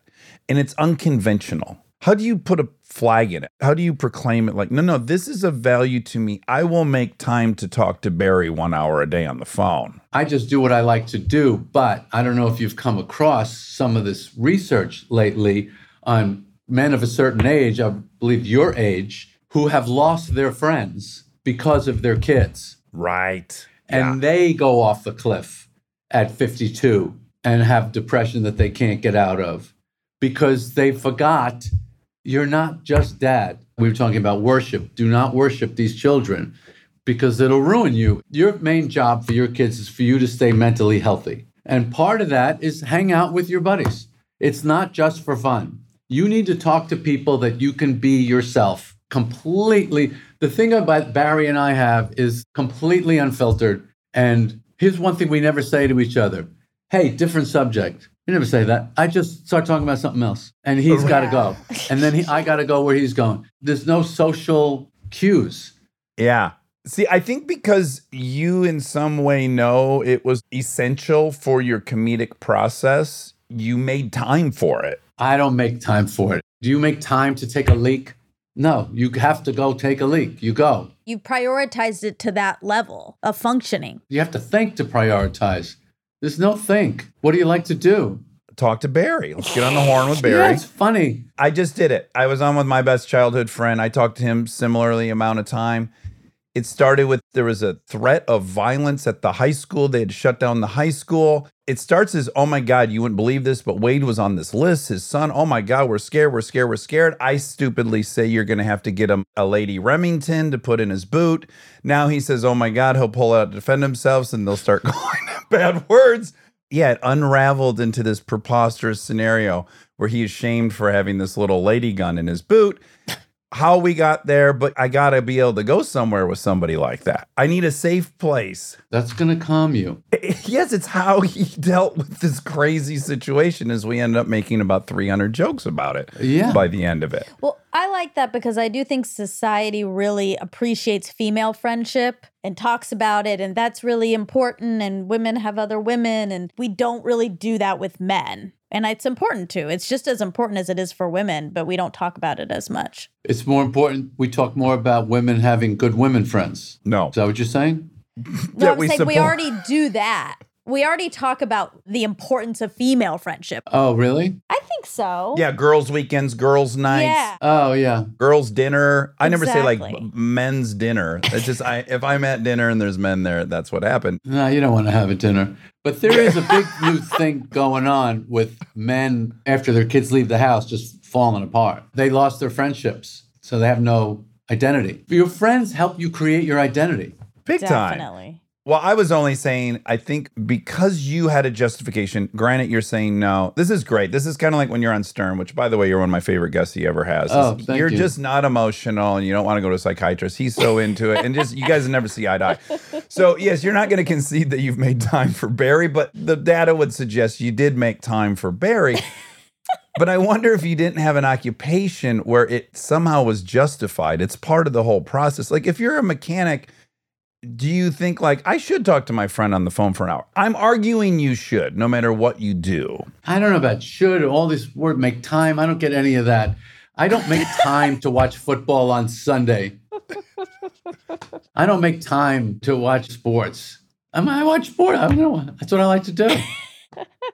and it's unconventional. How do you put a flag in it? How do you proclaim it like, no, no, this is of value to me. I will make time to talk to Barry one hour a day on the phone.
I just do what I like to do, but I don't know if you've come across some of this research lately on men of a certain age, I believe your age, who have lost their friends because of their kids.
Right.
And they go off the cliff at 52 and have depression that they can't get out of because they forgot you're not just dad. We were talking about worship. Do not worship these children because it'll ruin you. Your main job for your kids is for you to stay mentally healthy. And part of that is hang out with your buddies. It's not just for fun. You need to talk to people that you can be yourself completely. The thing about Barry and I have is completely unfiltered. And here's one thing we never say to each other Hey, different subject. We never say that. I just start talking about something else. And he's got to go. And then he, I got to go where he's going. There's no social cues.
Yeah. See, I think because you in some way know it was essential for your comedic process, you made time for it.
I don't make time for it. Do you make time to take a leak? No, you have to go take a leak. You go.
You prioritized it to that level of functioning.
You have to think to prioritize. There's no think. What do you like to do?
Talk to Barry. Let's get on the horn with Barry.
Yeah, it's funny.
I just did it. I was on with my best childhood friend. I talked to him similarly amount of time. It started with there was a threat of violence at the high school. They had shut down the high school. It starts as, oh my God, you wouldn't believe this, but Wade was on this list. His son, oh my God, we're scared, we're scared, we're scared. I stupidly say you're going to have to get him a Lady Remington to put in his boot. Now he says, oh my God, he'll pull out to defend himself, and they'll start calling him bad words. Yeah, it unraveled into this preposterous scenario where he is shamed for having this little lady gun in his boot how we got there, but I gotta be able to go somewhere with somebody like that. I need a safe place.
That's going to calm you.
yes, it's how he dealt with this crazy situation as we ended up making about 300 jokes about it
Yeah.
by the end of it.
Well, I like that because I do think society really appreciates female friendship and talks about it. And that's really important. And women have other women. And we don't really do that with men. And it's important too. It's just as important as it is for women, but we don't talk about it as much.
It's more important. We talk more about women having good women friends.
No.
Is that what you're saying?
No,
That
I'm
we
saying we
support.
already do that. We already talk about the importance of female friendship.
Oh, really?
I think so.
yeah, girls' weekends, girls' nights,
Yeah.
Oh, yeah.
girls' dinner. I never say like
Exactly.
b- men's dinner. It's just I if I'm at dinner and there's men there, that's what happened.
No, you don't want to have a dinner. But there is a big new thing going on with men after their kids leave the house just falling apart. They lost their friendships, so they have no identity. Your friends help you create your identity.
Big time.
Definitely.
Well, I was only saying, I think because you had a justification, granted, you're saying no. This is great. This is kind of like when you're on Stern, which, by the way, you're one of my favorite guests he ever has.
Oh,
Is
thank
you're
you.
just not emotional and you don't want to go to a psychiatrist. He's so into it. And just, you guys never see eye to eye. So, yes, you're not going to concede that you've made time for Barry, but the data would suggest you did make time for Barry. But I wonder if you didn't have an occupation where it somehow was justified. It's part of the whole process. Like if you're a mechanic, do you think like I should talk to my friend on the phone for an hour? I'm arguing you should, no matter what you do.
I don't know about should or all this word make time. I don't get any of that. I don't make time to watch football on Sunday. I don't make time to watch sports. I, mean, I watch sport. I don't know. That's what I like to do.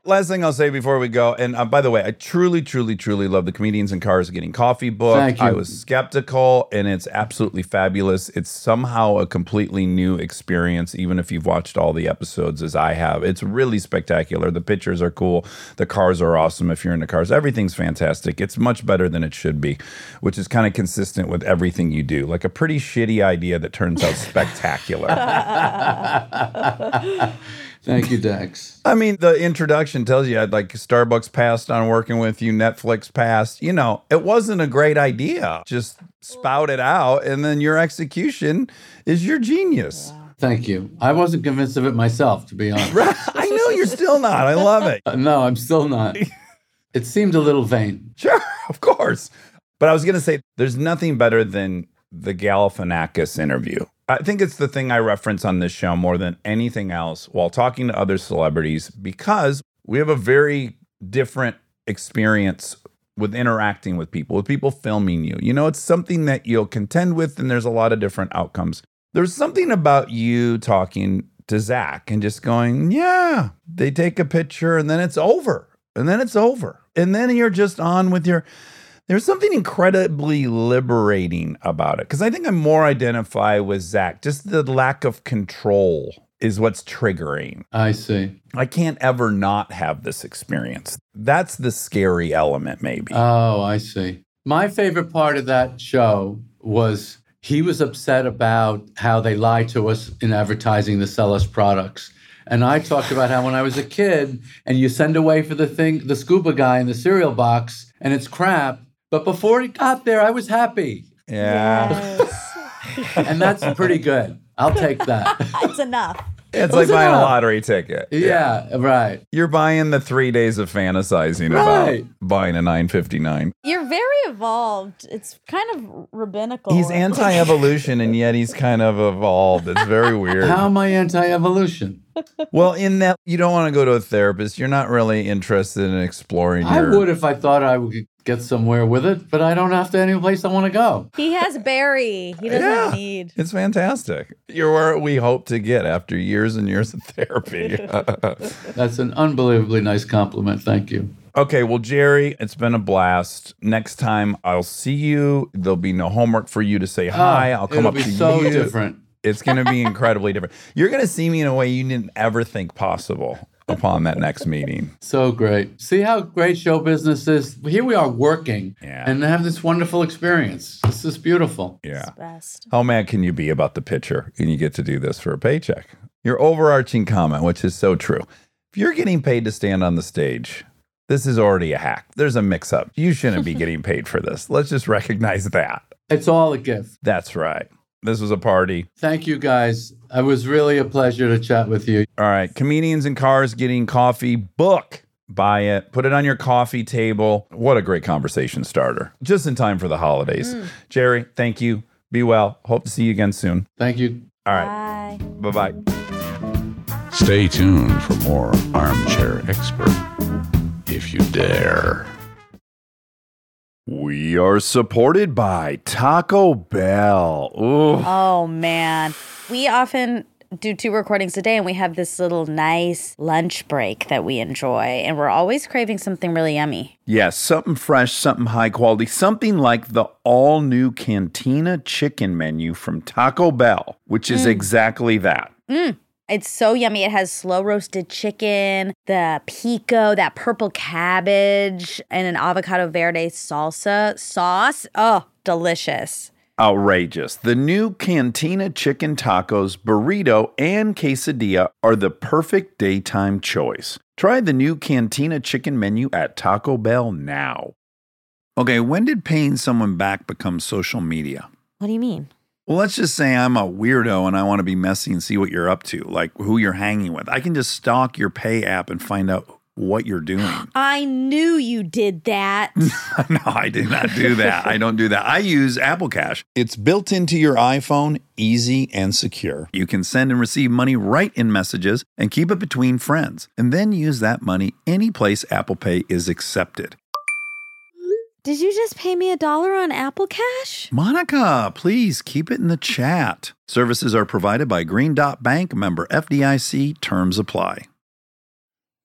Last thing I'll say before we go, and uh, by the way, I truly, truly, truly love the comedians in cars getting coffee book.
Thank you.
I was skeptical, and it's absolutely fabulous. It's somehow a completely new experience, even if you've watched all the episodes as I have. It's really spectacular. The pictures are cool. The cars are awesome. If you're into cars, everything's fantastic. It's much better than it should be, which is kind of consistent with everything you do. Like a pretty shitty idea that turns out spectacular.
Thank you, Dex.
I mean, the introduction tells you I'd like Starbucks passed on working with you, Netflix passed. You know, it wasn't a great idea. Just spout it out, and then your execution is your genius.
Thank you. I wasn't convinced of it myself, to be honest.
I know you're still not. I love it.
Uh, No, I'm still not. It seemed a little vain.
Sure, of course. But I was going to say there's nothing better than the Galifianakis interview. I think it's the thing I reference on this show more than anything else while talking to other celebrities because we have a very different experience
with interacting with people, with people filming you. You know, it's something that you'll contend with, and there's a lot of different outcomes. There's something about you talking to Zach and just going, yeah, they take a picture and then it's over. And then it's over. And then you're just on with your. There's something incredibly liberating about it because I think I more identify with Zach. Just the lack of control is what's triggering.
I see.
I can't ever not have this experience. That's the scary element, maybe.
Oh, I see. My favorite part of that show was he was upset about how they lied to us in advertising to sell us products. And I talked about how when I was a kid and you send away for the thing, the scuba guy in the cereal box and it's crap. But before it got there, I was happy.
yeah.
Yes.
And that's pretty good. I'll take that.
it's enough.
It's like
Listen
buying a
up.
lottery ticket.
Yeah, right.
You're buying the three days of fantasizing
Right.
about buying a 959.
You're very evolved. It's kind of
Oh,
rabbinical.
He's anti evolution and yet he's kind of evolved. It's very weird.
How am I anti evolution?
well, in that you don't want to go to a therapist. You're not really interested in exploring
I
your.
would if I thought I would get somewhere with it, but I don't have to any place I want to go.
He has Barry. He doesn't
Yeah.
need.
It's fantastic. You're where we hope to get after years and years of therapy.
That's an unbelievably nice compliment. Thank you.
Okay, well, Jerry, it's been a blast. Next time I'll see you, there'll be no homework for you to say hi. I'll come
Ah, It'll
up
be
to
so
you.
different.
It's going to be incredibly different. You're going to see me in a way you didn't ever think possible upon that next meeting.
So great. See how great show business is? Here we are working
Yeah.
and have this wonderful experience. This is beautiful.
Yeah.
Best.
How mad can you be about the pitcher and you get to do this for a paycheck? Your overarching comment, which is so true. If you're getting paid to stand on the stage, this is already a hack. There's a mix up. You shouldn't be getting paid for this. Let's just recognize that.
It's all a gift.
That's right. This was a party.
Thank you guys. It was really a pleasure to chat with you.
All right. Comedians in Cars Getting Coffee book. Buy it, put it on your coffee table. What a great conversation starter. Just in time for the holidays. Jerry, thank you. Be well. Hope to see you again soon.
Thank you.
All right.
Bye.
Bye bye.
Stay tuned for more Armchair Expert, if you dare.
We are supported by Taco Bell. Ooh.
Oh man, we often do two recordings a day and we have this little nice lunch break that we enjoy and we're always craving something really yummy.
Yes, something fresh, something high quality, something like the all new Cantina chicken menu from Taco Bell, which is exactly that.
It's so yummy. It has slow roasted chicken, the pico, that purple cabbage, and an avocado verde salsa sauce. Oh, delicious.
Outrageous. The new Cantina chicken tacos, burrito, and quesadilla are the perfect daytime choice. Try the new Cantina chicken menu at Taco Bell now. Okay, when did paying someone back become social media?
What do you mean?
Well, let's just say I'm a weirdo and I want to be messy and see what you're up to, like who you're hanging with. I can just stalk your pay app and find out what you're doing.
I knew you did that.
no, I do not do that. I don't do that. I use Apple Cash. It's built into your iPhone, easy and secure. You can send and receive money right in messages and keep it between friends, and then use that money any place Apple Pay is accepted.
did you just pay me a dollar on Apple Cash?
Monica, please keep it in the chat. Services are provided by Green Dot Bank, member FDIC. Terms apply.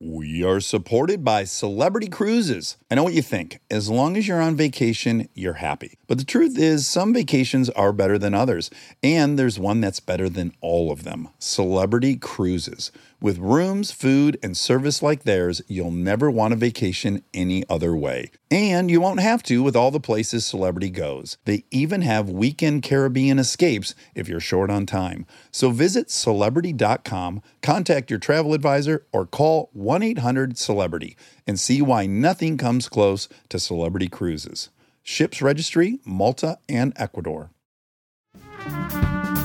We are supported by Celebrity Cruises. I know what you think. As long as you're on vacation, you're happy. But the truth is, some vacations are better than others, and there's one that's better than all of them Celebrity Cruises. With rooms, food, and service like theirs, you'll never want a vacation any other way. And you won't have to with all the places Celebrity goes. They even have weekend Caribbean escapes if you're short on time. So visit celebrity.com, contact your travel advisor, or call 1 800 Celebrity and see why nothing comes close to Celebrity Cruises. Ships registry Malta and Ecuador.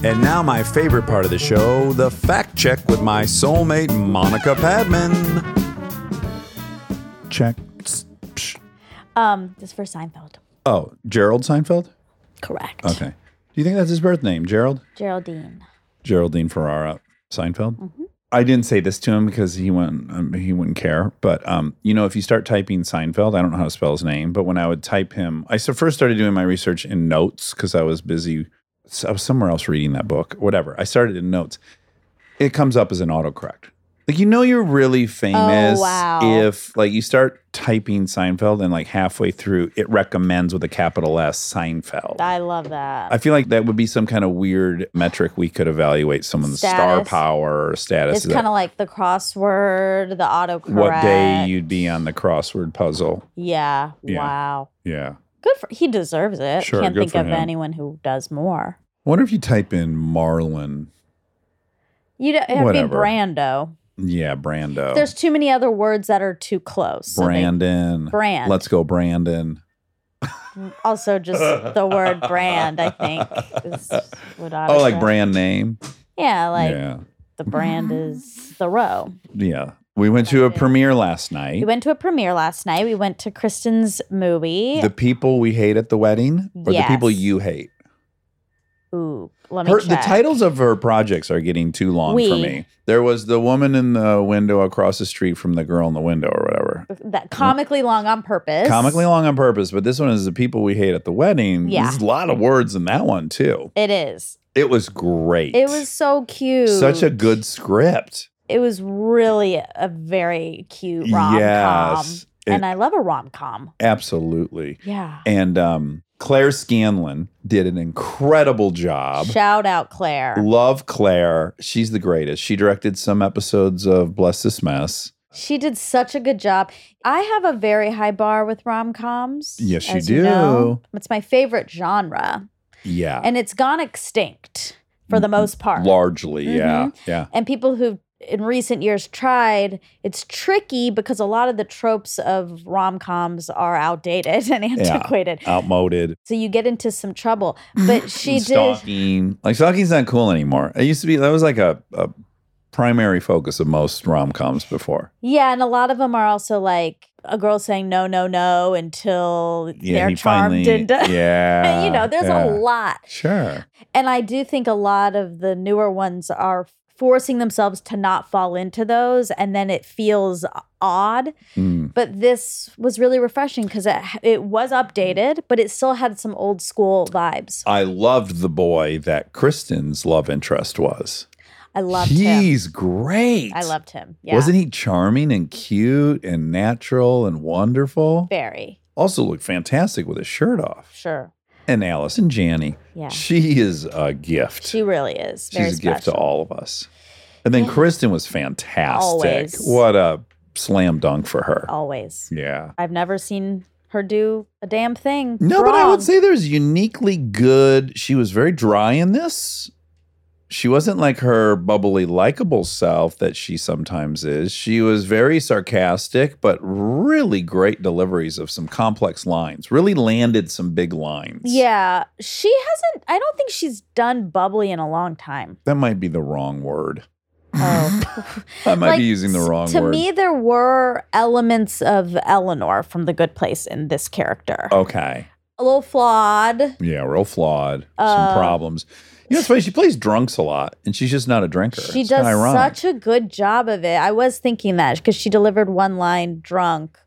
And now, my favorite part of the show the fact check with my soulmate, Monica Padman. Check.
Um, this is for Seinfeld.
Oh, Gerald Seinfeld?
Correct.
Okay. Do you think that's his birth name, Gerald?
Geraldine.
Geraldine Ferrara Seinfeld? I didn't say this to him because he wouldn't um, he wouldn't care. But um, you know, if you start typing Seinfeld, I don't know how to spell his name, but when I would type him, I so first started doing my research in notes because I was busy. so I was somewhere else reading that book, whatever. I started in notes. It comes up as an autocorrect. Like you know, you're really famous
wow.
if like you start typing Seinfeld and like halfway through it recommends with a capital S Seinfeld.
I love that.
I feel like that would be some kind of weird metric we could evaluate someone's star
Status.
power or status.
it's
Is that
kind of like the crossword, the autocorrect.
what day you'd be on the crossword puzzle.
Yeah.
Yeah.
Wow.
Yeah.
Good for he deserves it.
Sure,
Can't
good
think
for
of
him.
anyone who does more.
I wonder if you type in Marlon.
You don't, I mean
Whatever. Oh.
Brando.
Yeah, Brando.
There's too many other words that are too close. so they-
Brandon.
Brand.
Let's go, Brandon.
also just the word brand. I think. Is what
Oh, like
autocorrect-
brand name.
Yeah, like
yeah.
the brand is Thoreau.
Yeah. We went to a premiere last night.
We went to a premiere last night. We went to Kristen's movie.
the people we hate at the wedding or
Yes.
the people you hate.
Ooh, let me
Her, the
check.
titles of her projects are getting too long for
We.
me. There was the woman in the window across the street from the girl in the window or whatever.
that comically long on purpose.
Comically long on purpose, but this one is the people we hate at the wedding.
Yeah.
There's a lot of words in that one too.
It is.
It was great.
It was so cute.
such a good script.
It was really a very cute rom com,
Yes. It-
and I love a rom com.
Absolutely.
Yeah.
And um, Claire Scanlon did an incredible job.
Shout out Claire.
Love Claire. She's the greatest. She directed some episodes of Bless This Mess.
She did such a good job. I have a very high bar with rom coms.
Yes, you
It's my favorite genre,
Yeah.
and it's gone extinct for the most part.
Largely. Yeah. Yeah.
and people who've in recent years tried it's tricky because a lot of the tropes of rom-coms are outdated and antiquated
Outmoded.
so you get into some trouble but she did
Stalking. Like stalking's not cool anymore. It used to be that was like a, a primary focus of most rom coms before.
yeah and a lot of them are also like a girl saying no no no until they're
he
charmed
finally-
and uh, done.
Yeah.
you know there's
yeah.
a lot
Sure.
and i do think a lot of the newer ones are forcing themselves to not fall into those and then it feels odd
Mm.
but this was really refreshing because it, it was updated but it still had some old school vibes
I loved the boy that Kristen's love interest was.
i loved him
He's great.
i loved him yeah
Wasn't he charming and cute and natural and wonderful?
very
Also looked fantastic with his shirt off.
sure
And Allison Janney.
Yeah.
She is a gift.
she really is very
She's a
special.
gift to all of us. And then Kristen was fantastic.
Always.
What a slam dunk for her.
always
Yeah.
i've never seen her do a damn thing
No, but I
wrong.
would say there's uniquely good. She was very dry in this. She wasn't like her bubbly, likable self that she sometimes is. She was very sarcastic, but really great deliveries of some complex lines, really landed some big lines.
yeah she hasn't i don't think she's done bubbly in a long time
That might be the wrong word.
oh
I might
Like,
be using the wrong
to
word.
me there were elements of eleanor from the good place in this character
Oh. okay.
a little flawed
Yeah, real flawed.
Uh,
some problems. You know, it's funny. She plays drunks a lot, and she's just not a drinker.
She
It's
does
kinda ironic.
such a good job of it. I was thinking that because she delivered one line drunk,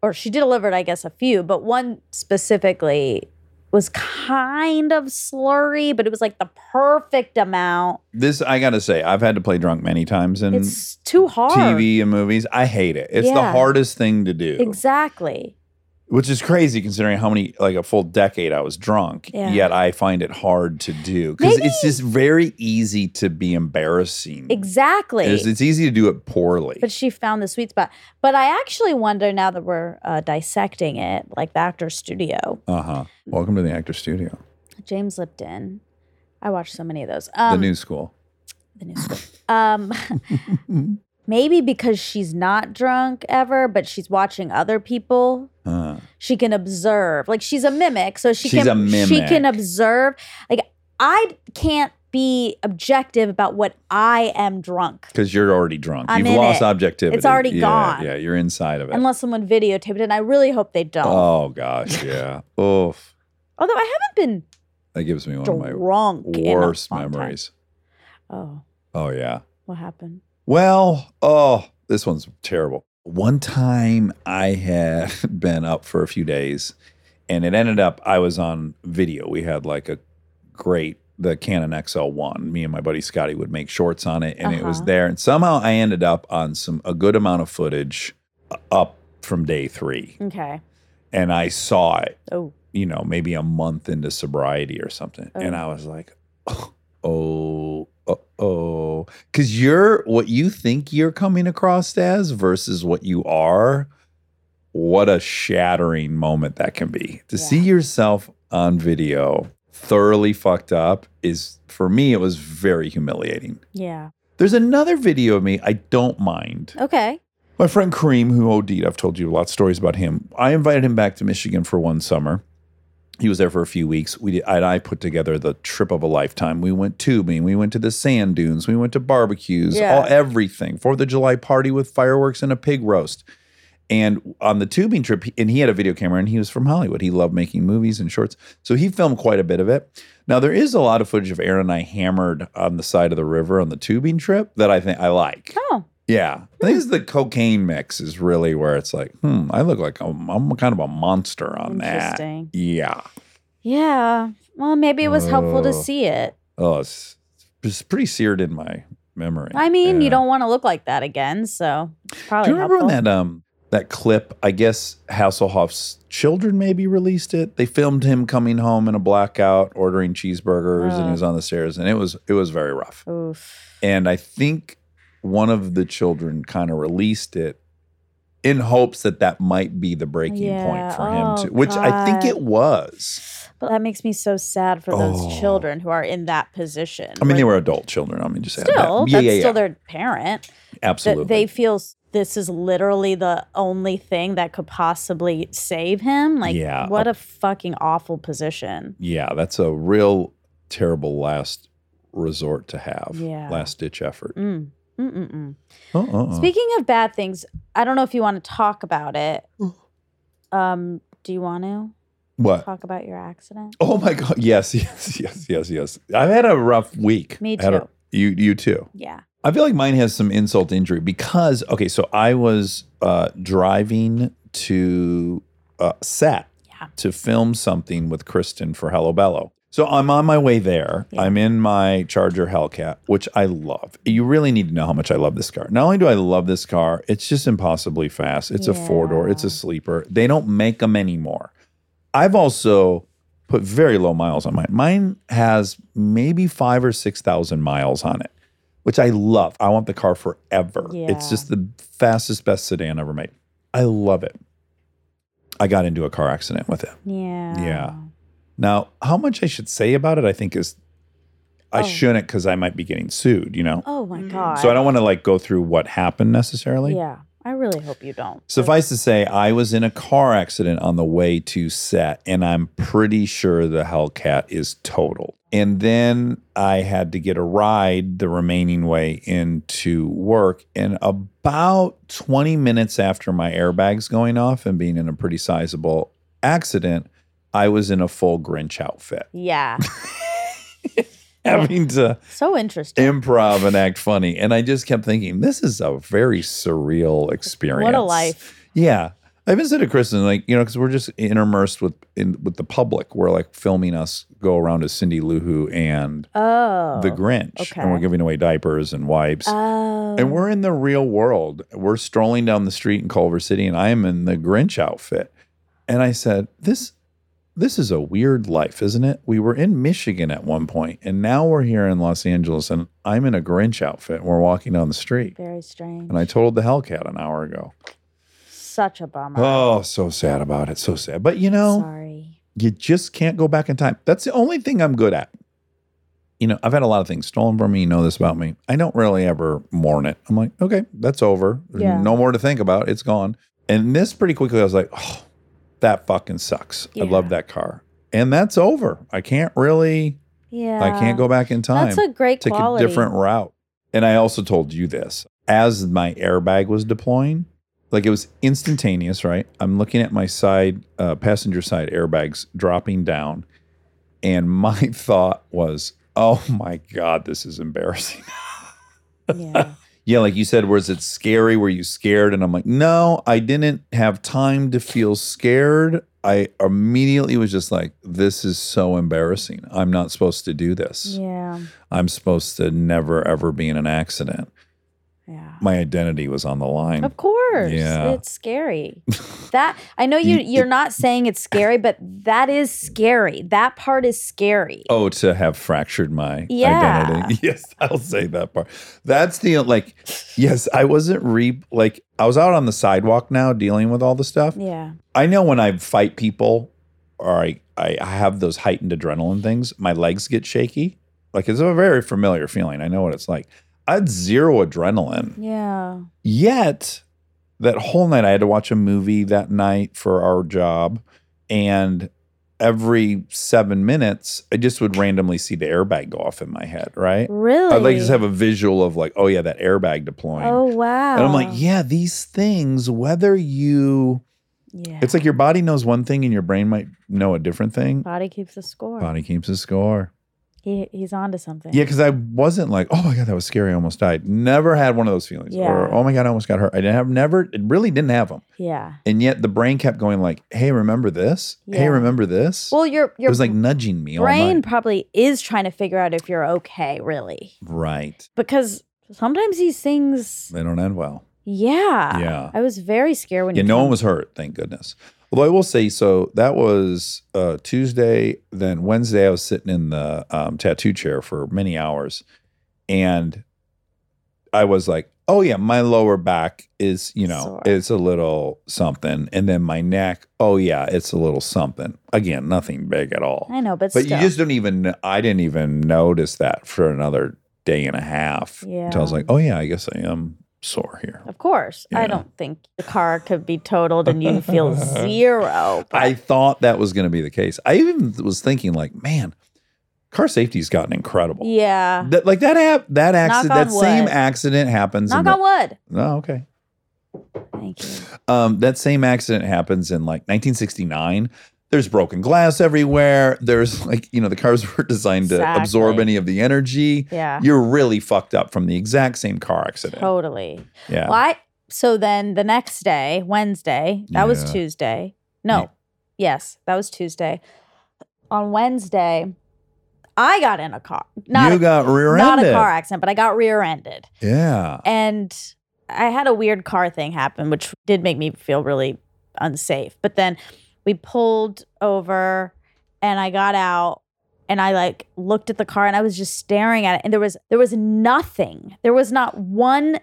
or she delivered, I guess, a few, but one specifically was kind of slurry, but it was like the perfect amount.
This I gotta say, I've had to play drunk many times in
It's too hard.
TV and movies. I hate it. It's the
Yeah.
hardest thing to do,
Exactly.
which is crazy considering how many like a full decade I was drunk.
Yeah.
Yet I find it hard to do because
Maybe-
it's just very easy to be embarrassing.
Exactly.
It's, it's easy to do it poorly.
but she found the sweet spot. But I actually wonder now that we're uh, dissecting it, like the actor's studio,
uh huh. Welcome to the actor studio,
James Lipton. I watched so many of those. Um,
the new school.
the new school. Um, maybe because she's not drunk ever, but she's watching other people.
Uh,
She can observe. Like she's a mimic, so she
She's
can
a
she can
mimic.
observe. Like I can't be objective about what I am drunk
Because you're already drunk.
I'm
You've
in
lost
it.
objectivity.
It's already
Yeah,
gone.
Yeah, you're inside of it.
unless someone videotaped it. And I really hope they don't.
Oh gosh, yeah. Oof.
Although I haven't
That gives me one
been
of Oh, my
drunk in a
worst
long time.
memories.
Oh
Oh yeah.
What happened?
Well, oh, this one's terrible. One time I had been up for a few days and it ended up I was on video. We had like a great the Canon XL1. Me and my buddy Scotty would make shorts on it and it was
Uh-huh.
there and somehow I ended up on some a good amount of footage uh, up from day 3
Okay.
and I saw it
Oh,
you know, maybe a month into sobriety or something. And
Oh.
I was like, oh, oh, oh. Because you're what you think you're coming across as versus what you are. What a shattering moment that can be. To see
Yeah.
yourself on video thoroughly fucked up is, for me, it was very humiliating.
yeah.
There's another video of me I don't mind.
Okay.
My friend Kareem, who OD'd, I've told you a lot of stories about him. I invited him back to Michigan for one summer. He was there for a few weeks. We did, I, and I put together the trip of a lifetime. We went tubing. We went to the sand dunes. We went to barbecues.
Yeah.
All everything. Fourth of July party with fireworks and a pig roast. And on the tubing trip, he- and he had a video camera, and he was from Hollywood. He loved making movies and shorts, so he filmed quite a bit of it. Now there is a lot of footage of Aaron and I hammered on the side of the river on the tubing trip that I think I like.
Oh,
Yeah. I think it's the cocaine mix is really where it's like, hmm, I look like I'm, I'm kind of a monster on that.
interesting.
Yeah.
Yeah. Well, maybe it was helpful to
Oh.
see it.
Oh, it's, it's pretty seared in my memory.
I mean,
Yeah.
you don't want to look like that again, so it's
Do
probably
you remember
helpful.
when that um that clip? I guess Hasselhoff's children maybe released it. They filmed him coming home in a blackout, ordering cheeseburgers, and he
Oh.
was on the stairs, and it was it was very rough.
Oof.
And I think one of the children kind of released it in hopes that that might be the breaking
Yeah.
point for him,
Oh,
too, which I think
God.
it was.
But that makes me so sad for those
Oh.
children who are in that position.
I mean,
where
they were adult children. I mean, just add that.
still
yeah,
that's
yeah, yeah.
still their parent.
absolutely.
That they feel s- this is literally the only thing that could possibly save him. Like,
Yeah.
what a fucking awful position.
yeah, that's a real terrible last resort to have.
Yeah.
last ditch effort.
Mm. Mm-mm-mm.
Oh, oh, oh.
Speaking of bad things, I don't know if you want to talk about it. Um, do you want to
what?
talk about your accident?
Oh my God! Yes, yes, yes, yes, yes. I've had a rough week.
Me
I had a-
too.
you, you too.
Yeah.
I feel like mine has some insult to injury because okay, so I was uh, driving to uh, set
Yeah.
to film something with Kristen for Hello Bello. So I'm on my way there.
Yeah.
I'm in my Charger Hellcat, which I love. You really need to know how much I love this car. Not only do I love this car, it's just impossibly fast. It's a four door. It's a
Yeah.
sleeper. They don't make them anymore. I've also put very low miles on mine. Mine has maybe five or six thousand miles on it, which I love. I want the car forever. It's
Yeah.
just the fastest, best sedan ever made. I love it. I got into a car accident with it.
Yeah.
Yeah. Now, how much I should say about it, I think is I
Oh.
shouldn't because I might be getting sued. You know,
Oh my god.
so I don't want to like go through what happened necessarily.
Yeah. I really hope you don't.
Suffice to say, I was in a car accident on the way to set, and I'm pretty sure the Hellcat is totaled. And then I had to get a ride the remaining way into work. And about 20 minutes after my airbags going off and being in a pretty sizable accident, I was in a full Grinch outfit,
Yeah.
having to
So interesting.
improv and act funny. And I just kept thinking, this is a very surreal experience.
What a life.
Yeah. I even said to Kristen, like, you know, because we're just intermersed with in, with the public. We're like filming us go around as Cindy Lou Who and
Oh.
the Grinch.
okay.
And we're giving away diapers and wipes.
Oh.
and we're in the real world. We're strolling down the street in Culver City and I am in the Grinch outfit. And I said, This this is a weird life, isn't it? We were in Michigan at one point, and now we're here in Los Angeles and I'm in a Grinch outfit and we're walking down the street.
very strange.
And I totaled the Hellcat an hour ago.
Such a bummer.
Oh, so sad about it. So sad. But you know,
Sorry.
you just can't go back in time. That's the only thing I'm good at. You know, I've had a lot of things stolen from me. You know this about me. I don't really ever mourn it. I'm like, okay, that's over. There's
Yeah.
no more to think about. It's gone. And this pretty quickly, I was like, oh, that fucking sucks. I
Yeah.
love that car. And that's over. I can't really,
Yeah.
I can't go back in time
That's a great
take
quality.
a different route. And I also told you this as my airbag was deploying, like it was instantaneous, right? I'm looking at my side, uh, passenger side airbags dropping down. And my thought was, oh my God, this is embarrassing.
Yeah.
Yeah, like you said, was it scary? Were you scared? And I'm like, no, I didn't have time to feel scared. I immediately was just like, this is so embarrassing. I'm not supposed to do this.
Yeah.
I'm supposed to never, ever be in an accident.
Yeah.
My identity was on the line.
Of course.
Yeah.
It's scary. that I know you you're not saying it's scary, but that is scary. That part is scary.
Oh, to have fractured my
Yeah.
identity. Yes, I'll say that part. That's the like, yes, I wasn't re like I was out on the sidewalk now dealing with all the stuff.
Yeah.
I know when I fight people or I, I I have those heightened adrenaline things, my legs get shaky. Like it's a very familiar feeling. I know what it's like. I had zero adrenaline.
Yeah.
Yet that whole night I had to watch a movie that night for our job. And every seven minutes, I just would randomly see the airbag go off in my head, right?
Really?
I'd like just have a visual of like, oh yeah, that airbag deploying.
Oh wow.
And I'm like, yeah, these things, whether you
Yeah.
it's like your body knows one thing and your brain might know a different thing.
body keeps the score.
Body keeps a score.
He, he's onto something.
Yeah, because I wasn't like, oh my God, that was scary. I almost died. Never had one of those feelings. Or,
Yeah.
oh my God, I almost got hurt. I didn't have never, it really didn't have them.
Yeah.
And yet the brain kept going like, hey, remember this? Hey,
Yeah.
remember this?
Well, your
it
your
was like nudging me. all
brain
night.
probably is trying to figure out if you're okay, really.
Right.
Because sometimes these things
They don't end well.
Yeah.
Yeah.
I was very scared Uh, when
Yeah,
you
no
told
one
me.
was hurt, thank goodness. Although I will say, so that was uh, Tuesday. Then Wednesday, I was sitting in the um, tattoo chair for many hours, and I was like, "Oh yeah, my lower back is, you know,
Sore.
it's a little something," and then my neck, "Oh yeah, it's a little something." Again, nothing big at all,
I know, but,
but
still.
you just don't even. I didn't even notice that for another day and a half until I was
Yeah.
like, "Oh yeah, I guess I am sore here."
Of course.
Yeah.
I don't think the car could be totaled and you feel zero. but-
I thought that was going to be the case. I even was thinking, like, man, car safety's gotten incredible.
yeah.
That, like that app, that accident,
on
that same
wood.
accident happens.
Knock
in
on wood.
the, oh, okay.
Thank you.
Um, that same accident happens in like 1969. There's broken glass everywhere. There's like, you know, the cars were designed to absorb
Exactly.
any of the energy.
Yeah.
You're really fucked up from the exact same car accident.
Totally.
Yeah.
Well, I, so then the next day, Wednesday, that was
Yeah.
Tuesday. No.
Yeah.
Yes, that was Tuesday. On Wednesday, I got in a car. Not
you
a,
got rear
not
ended.
a car accident, but I got rear-ended.
Yeah.
And I had a weird car thing happen, which did make me feel really unsafe. But then we pulled over and I got out and I like looked at the car and I was just staring at it. And there was there was nothing. There was not one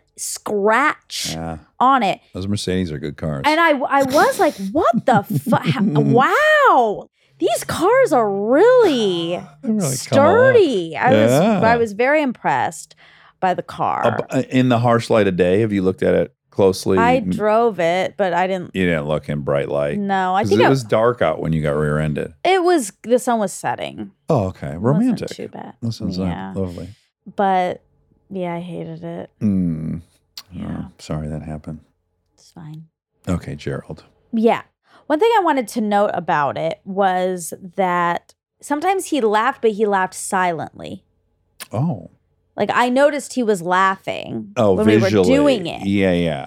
scratch
Yeah.
on it.
Those Mercedes are good cars.
And I I was like, what the fuck? wow. These cars are really,
They really come
sturdy. I was
Yeah.
I was very impressed by the car.
Up- uh, in the harsh light of day, have you looked at it closely?
I
N-
drove it, but I didn't.
you didn't look in bright light.
No, I
'Cause
think
it
I-
was dark out when you got rear-ended.
the sun was setting.
Oh, okay,
It wasn't
romantic.
too bad.
That sounds
yeah,
like lovely.
but yeah, I hated it.
Mm. Oh,
Yeah.
sorry that happened.
It's fine.
Okay, Gerald.
Yeah. One thing I wanted to note about it was that sometimes he laughed, but he laughed silently.
Oh,
Like I noticed he was laughing
oh,
when
visually
we were doing it.
Yeah, yeah.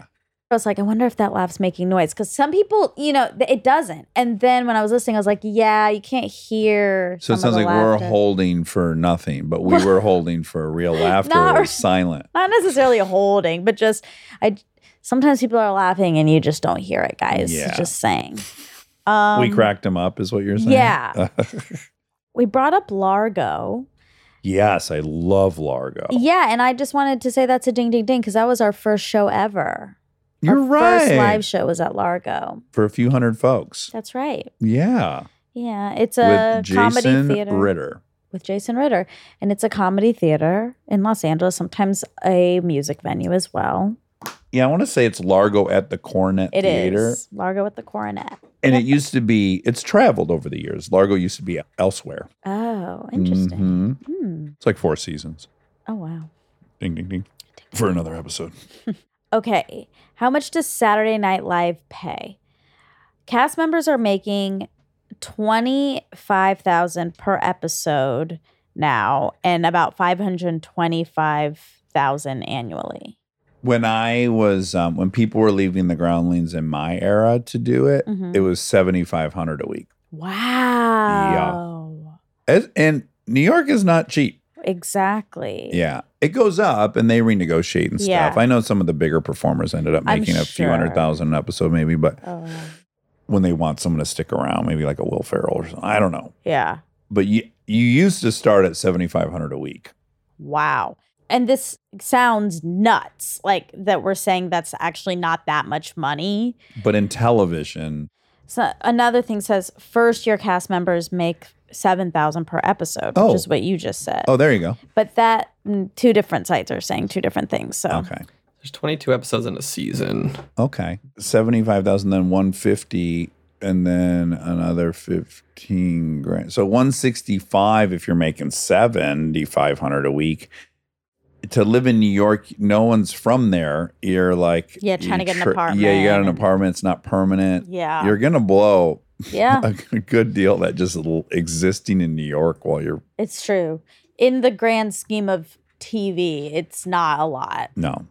I was like, I wonder if that laugh's making noise because some people, you know, th- it doesn't. And then when I was listening, I was like, yeah, you can't hear.
So it
some
sounds
of the
like we're
laughter.
holding for nothing, but we were holding for real laughter.
Not
it
re-
was silent.
not necessarily holding, but just I sometimes people are laughing and you just don't hear it, guys.
Yeah.
Just saying. Um,
we cracked him up, is what you're saying. Uh,
yeah. We brought up Largo.
yes, I love Largo.
Yeah, and I just wanted to say that's a ding ding ding because that was our first show ever.
you're
our
right.
First live show was at Largo.
for a few hundred folks.
That's right.
Yeah.
Yeah, it's a
with
comedy
Jason
theater
Ritter.
with Jason Ritter, and it's a comedy theater in Los Angeles. Sometimes a music venue as well.
Yeah, I want to say it's Largo at the Coronet
It is
Theater.
Largo with the Coronet.
And it used to be, it's traveled over the years. Largo used to be elsewhere.
Oh, interesting.
Mhm.
Hmm.
It's like four seasons.
Oh wow.
Ding, ding, ding. For another episode.
Okay. How much does Saturday Night Live pay? Cast members are making 25,000 per episode now and about 525 thousand annually.
when I was um, when people were leaving the groundlings in my era to do it,
Mhm.
it was seventy five hundred a week.
Wow.
As, and New York is not cheap.
Exactly.
Yeah, it goes up, and they renegotiate and
Yeah.
stuff. I know some of the bigger performers ended up
I'm
making a few
sure.
hundred thousand an episode, maybe, but
Oh,
when they want someone to stick around, maybe like a Will Ferrell or something. I don't know.
yeah.
But you you used to start at seventy five hundred a week.
Wow. And this sounds nuts, like that we're saying that's actually not that much money.
But in television,
So another thing says first year cast members make 7,000 per episode,
Oh.
which is what you just said.
oh, there you go.
But that mm, two different sites are saying two different things. So
Okay,
There's 22 episodes in a season.
okay, seventy five thousand, then one fifty, and then another fifteen grand. So one sixty five if you're making seventy five hundred a week. To live in New York, no one's from there. You're like
Yeah, trying to
you
get an
Yeah, you got an
apartment.
apartment. It's not permanent.
yeah.
You're gonna blow
yeah.
a good deal that just l- existing in New York while you're
It's true. In the grand scheme of TV, it's not a lot.
no.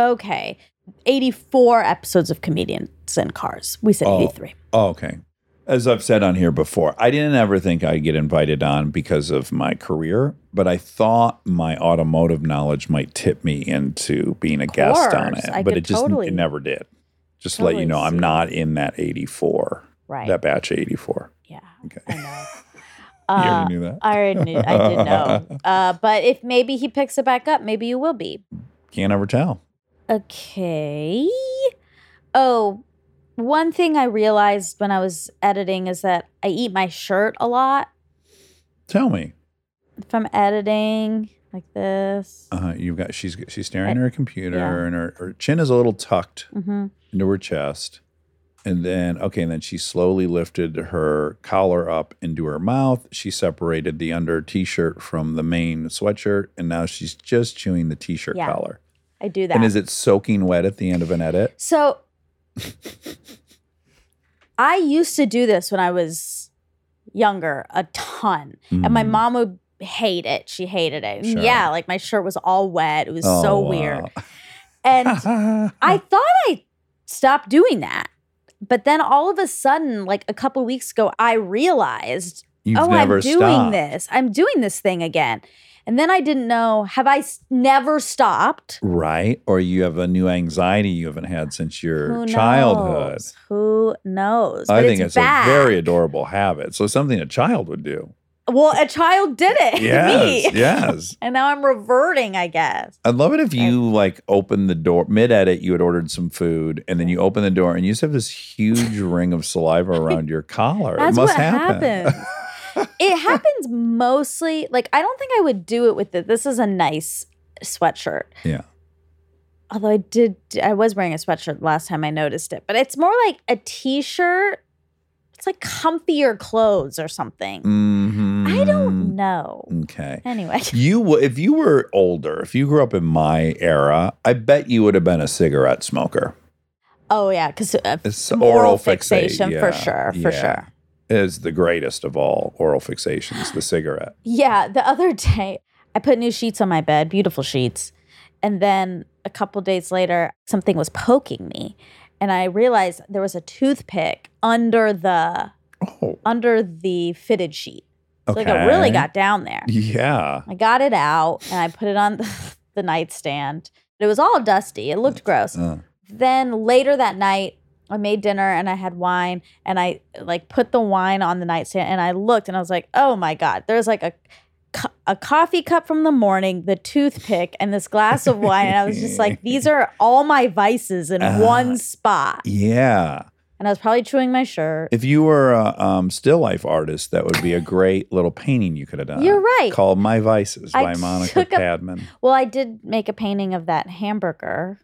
Okay. 84 episodes of Comedians in Cars. We said
Oh.
83.
Oh, okay. As I've said on here before, I didn't ever think I'd get invited on because of my career, but I thought my automotive knowledge might tip me into being a guest on
course,
it.
I
but
could
it just
totally-
it never did. Just let
totally
you know,
see.
I'm not in that 84,
Right.
that batch of 84.
yeah.
Okay.
I know.
you
Uh,
already knew that.
I already knew. I did know. Uh, but if maybe he picks it back up, maybe you will be.
Can't ever tell.
Okay. Oh, one thing I realized when I was editing is that I eat my shirt a lot
Tell me.
if I'm editing like this.
Uh, you've got she's she's staring at her computer
Yeah.
and her, her chin is a little tucked
hmm
into her chest. And then, okay, and then she slowly lifted her collar up into her mouth. She separated the under t shirt from the main sweatshirt. And now she's just chewing the t shirt
Yeah,
collar.
I do that.
And is it soaking wet at the end of an edit?
So I used to do this when I was younger a ton. And my
Mm.
mom would hate it. She hated it.
Sure.
Yeah, like my shirt was all wet. It was so
Oh,
weird.
wow.
And I thought I stopped doing that. But then all of a sudden, like a couple weeks ago, I realized,
You've
oh,
never
I'm doing
stopped.
this. I'm doing this thing again. And then I didn't know, have I s- never stopped?
Right? Or you have a new anxiety you haven't had since your
Who
childhood.
knows? Who knows?
I
But
think it's, a
bad.
very adorable habit. So something a child would do.
well. A child did it.
Yes.
Me.
yes.
And now I'm reverting, I guess.
I'd love it if you like opened the door mid edit. You had ordered some food, and then you open the door, and you just have this huge ring of saliva around your collar.
That's
it must
what
happen.
happens. it happens mostly. Like I don't think I would do it with it. This is a nice sweatshirt.
Yeah.
Although I did, I was wearing a sweatshirt last time I noticed it, but it's more like a t-shirt. It's like comfier clothes or something.
Mhm.
I don't know.
Okay.
Anyway,
You, w- if you were older, if you grew up in my era, I bet you would have been a cigarette smoker.
oh yeah, because uh,
It's
Oral fixation, for sure, for sure.
Is the greatest of all oral fixations, the cigarette.
Yeah, the other day I put new sheets on my bed, beautiful sheets. And then a couple days later, something was poking me, and I realized there was a toothpick under the
Oh,
under the fitted sheet. So
okay.
like it really got down there.
Yeah.
I got it out and I put it on the, the nightstand. It was all dusty. It looked gross.
Uh,
Then later that night, I made dinner and I had wine and I like put the wine on the nightstand and I looked and I was like, "Oh my god, there's like a co- a coffee cup from the morning, the toothpick and this glass of wine." And I was just like, "These are all my vices in
Ah.
one spot."
yeah.
And I was probably chewing my shirt.
If you were a um, still life artist, that would be a great little painting you could have done.
You're right.
Called My Vices
I
by Monica
took a-
Padman.
Well, I did make a painting of that hamburger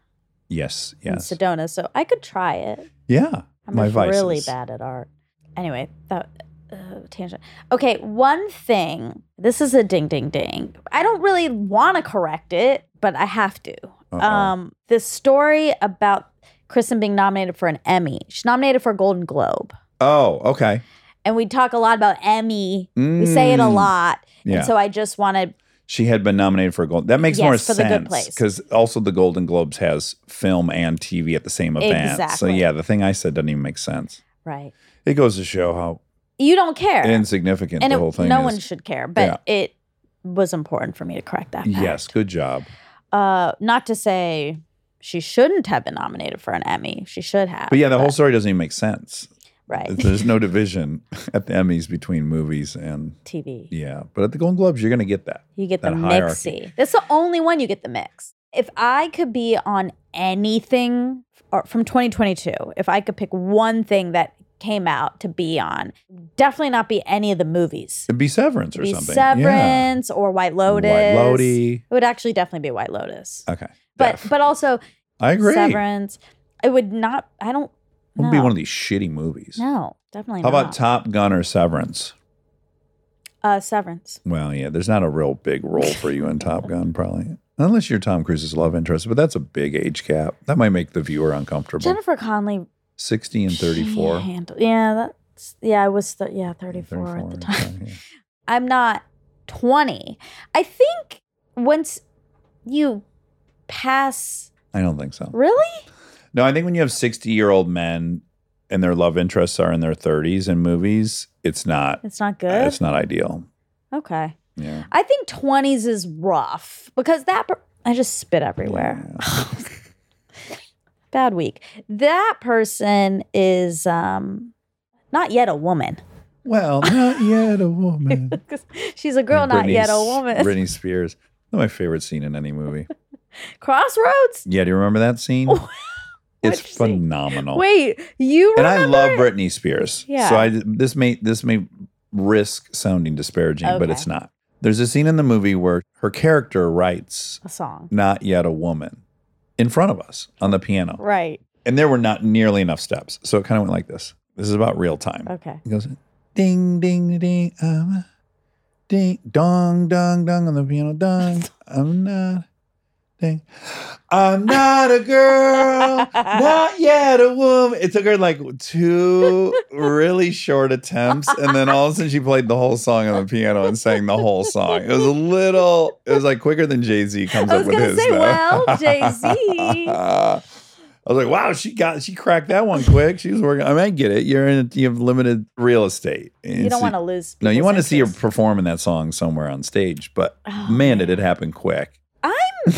yes, yes.
in Sedona, so I could try it.
yeah.
I'm
my
just
Vices.
really bad at art. Anyway, that uh, tangent. Okay, one thing. This is a ding, ding, ding. I don't really want to correct it, but I have to.
Uh-oh.
Um, this story about Kristen being nominated for an Emmy. She's nominated for a Golden Globe,
oh, okay.
and we talk a lot about Emmy. We say it a
Mm,
lot,
Yeah.
and so I just want to
she had been nominated for a gold. That makes
Yes,
more
for The Good
sense
Place.
because also the Golden Globes has film and TV at the same event. So
Exactly.
yeah, the thing I said doesn't even make sense.
Right.
It goes to show how
You don't care.
insignificant
and
the
it-
whole thing
no
is.
one should care, but it was important for me to correct that. fact.
yes, good job.
Uh, not to say she shouldn't have been nominated for an Emmy. She should have.
But yeah, the whole story doesn't even make sense.
right
There's no division at the Emmys between movies and
TV.
yeah, but at the Golden Globes you're going to get that.
You get the
That hierarchy.
mixy. That's the only one you get the mix. If I could be on anything or from 2022, if I could pick one thing that came out to be on, definitely not be any of the movies.
It'd be Severance or
It'd be
something. Yeah.
Severance or White Lotus.
White Lodi.
It would actually definitely be White Lotus.
Okay.
but
Def.
but also
I agree. Severance.
Severance. It would not. I don't.
It would be
no.
one of these shitty movies.
No, definitely
How
not.
about Top Gun or Severance?
uh, Severance?
Well, yeah, there's not a real big role for you in Top Gun, probably. Unless you're Tom Cruise's love interest, but that's a big age gap. That might make the viewer uncomfortable.
Jennifer Connelly
60 and 34.
She handled- yeah, that's yeah. I was th- yeah thirty four at the time.
yeah.
I'm not twenty. I think once you pass,
I don't think so.
really,
No, I think when you have 60 year old men and their love interests are in their 30s in movies, it's not
it's not good.
it's not ideal.
okay,
Yeah.
I think twenties is rough because that. Per- I just spit everywhere. Bad week. That person is um not yet a woman.
Well, not yet a woman.
'Cause She's a girl, not
Britney
yet a
S-
woman.
Britney Spears. My favorite scene in any movie.
Crossroads.
Yeah, do you remember that scene? it's
Which scene?
phenomenal.
Wait, you
Oh. and
remember?
I love Britney Spears.
Yeah.
So I this may this may risk sounding disparaging, but
Okay.
it's not. There's a scene in the movie where her character writes
a song,
"Not Yet a Woman" in front of us on the piano,
right?
and there were not nearly enough steps, so it kind of went like this. This is about real time.
Okay.
It goes ding ding ding um ding dong dong dong on the piano dong. I'm not ding. I'm not a girl, not yet a woman. It took her like two really short attempts, and then all of a sudden she played the whole song on the piano and sang the whole song. It was a little. It was like quicker than Jay Z comes
I
up
was
with
gonna
his.
say,
though.
well, Jay-Z.
I was like, wow, she got she cracked that one quick. She was working. I mean, I get it. You're in you have limited real estate.
You don't want to lose.
No, you
people's
want to see her
interest.
performing that song somewhere on stage, but
Oh,
man, did it happen quick. I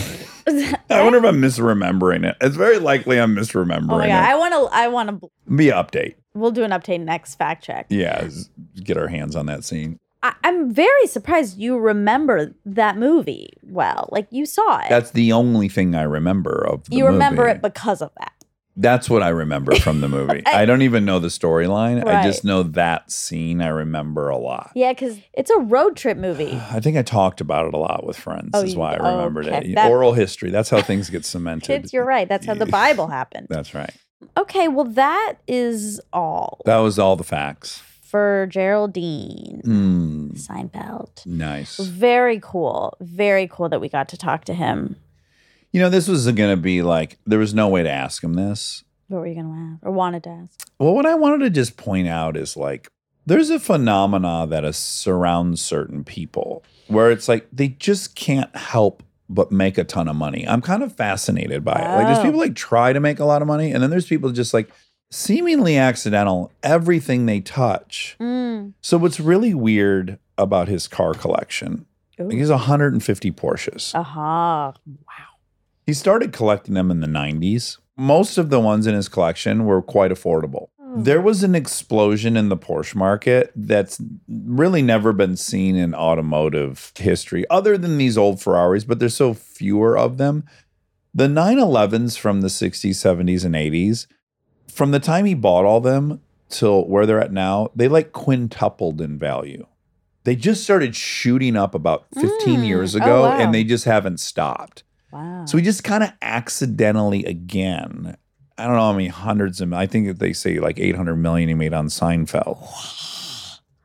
oh
wonder if I'm misremembering it. It's very likely I'm misremembering
my god, Oh, I want to. I want to.
it. Be update.
We'll do an update next fact check.
Yeah, s- get our hands on that scene.
I, I'm very surprised you remember that movie well. Like you saw it.
That's the only thing I remember of the
you remember
movie.
it because of that.
That's what I remember from the movie. I don't even know the storyline. I
Right.
just know that scene I remember a lot.
Yeah, because it's a road trip movie.
I think I talked about it a lot with friends.
Oh,
is
you-
why I
oh,
remembered
okay.
it.
That-
Oral history. That's how things get cemented.
Kids, you're right. That's how the Bible happened.
That's right.
Okay, well that is all
That was all the facts.
for Geraldine
Mm,
Seinfeld.
nice.
Very cool. Very cool that we got to talk to him.
You know, this was going to be like there was no way to ask him this.
What were you gonna ask or wanted to ask?
Well, what I wanted to just point out is like there's a phenomena that is, surrounds certain people where it's like they just can't help but make a ton of money. I'm kind of fascinated by it. Like there's
Oh.
people like try to make a lot of money, and then there's people just like seemingly accidental everything they touch.
Mm.
So what's really weird about his car collection?
Ooh.
Like, he has 150 Porsches.
Aha.
He started collecting them in the 90s. Most of the ones in his collection were quite affordable.
Hmm.
There was an explosion in the Porsche market that's really never been seen in automotive history, other than these old Ferraris, but there's so fewer of them. The 911s from the 60s, 70s, and 80s, from the time he bought all them till where they're at now, they like quintupled in value. They just started shooting up about 15
Mm.
years
Oh,
ago
wow.
and they just haven't stopped.
Wow.
So we just kind of accidentally again. I don't know how many hundreds of. I think they say like eight hundred million he made on Seinfeld.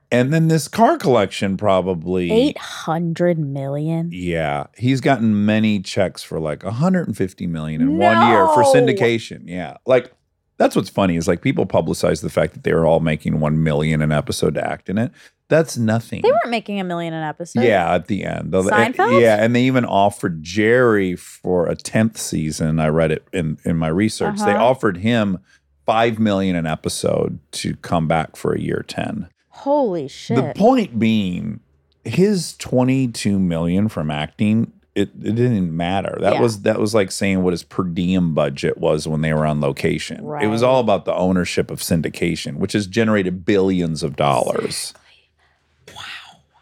And then this car collection probably.
Eight hundred million.
Yeah, he's gotten many checks for like 150 million in one year for
No!
syndication. Yeah, like That's what's funny is like people publicize the fact that they were all making one million an episode to act in it. That's nothing.
They weren't making a million an episode.
Yeah, at the end. The-
Seinfeld?
yeah, and they even offered Jerry for a tenth season. I read it in in my research. They
Uh-huh.
offered him five million an episode to come back for a year ten.
Holy shit.
The point being, his twenty two million from acting. It, it didn't matter. That
Yeah.
was that was like saying what his per diem budget was when they were on location. It was
Right.
all about the ownership of syndication, which has generated billions of dollars.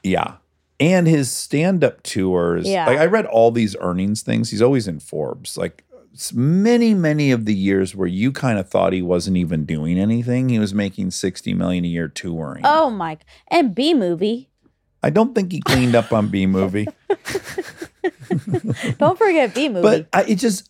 Yeah. And his stand up tours.
Yeah.
Like I read all these earnings things. He's always in Forbes. Like s- many, many of the years where you kind of thought he wasn't even doing anything, he was making 60 million a year touring.
oh my. And B movie.
I don't think he cleaned up on B movie,
Don't forget B movie.
but I, it just,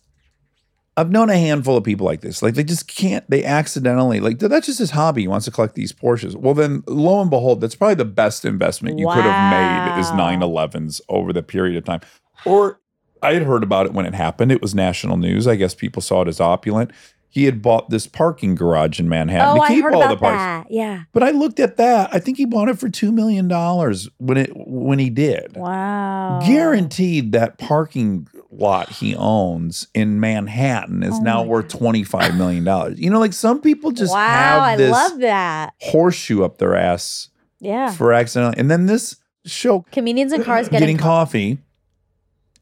I've known a handful of people like this. Like they just can't, they accidentally, like that's just his hobby. He wants to collect these Porsches. Well, then lo and behold, that's probably the best investment you could have made is
Wow.
911s over the period of time. Or I had heard about it when it happened. It was national news. I guess people saw it as opulent. He had bought this parking garage in Manhattan
oh,
to
I
keep
heard
all the
about
parts.
that. Yeah.
But I looked at that. I think he bought it for two million dollars when it when he did.
Wow.
Guaranteed that parking lot he owns in Manhattan is
Oh
now
my
worth twenty five million dollars. You know, like some people just
wow, I
have this
love that.
horseshoe up their ass
Yeah.
for accidental. And then this show
Comedians in Cars
getting,
getting,
coffee.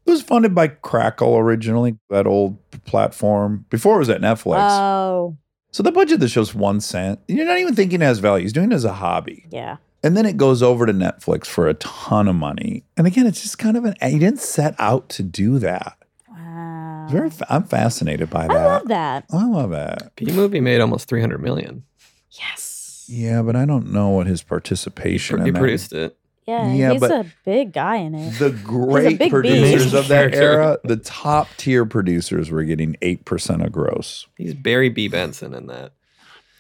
It was funded by Crackle originally, that old platform before it was at Netflix.
Oh,
so the budget of the show's one cent. You're not even thinking it has value. He's doing it as a hobby.
yeah.
And then it goes over to Netflix for a ton of money. And again, it's just kind of an, he didn't set out to do that.
Wow.
It's Very, fa- I'm fascinated by that.
I love that.
I love that.
B movie made almost 300 million.
Yes.
Yeah, but I don't know what his participation
He
in that-
produced it.
Yeah,
Yeah,
he's
but-
a big guy in it.
The great
big
producers
bee.
of that
Character.
era, the top tier producers were getting 8% of gross.
He's Barry B. Benson in that.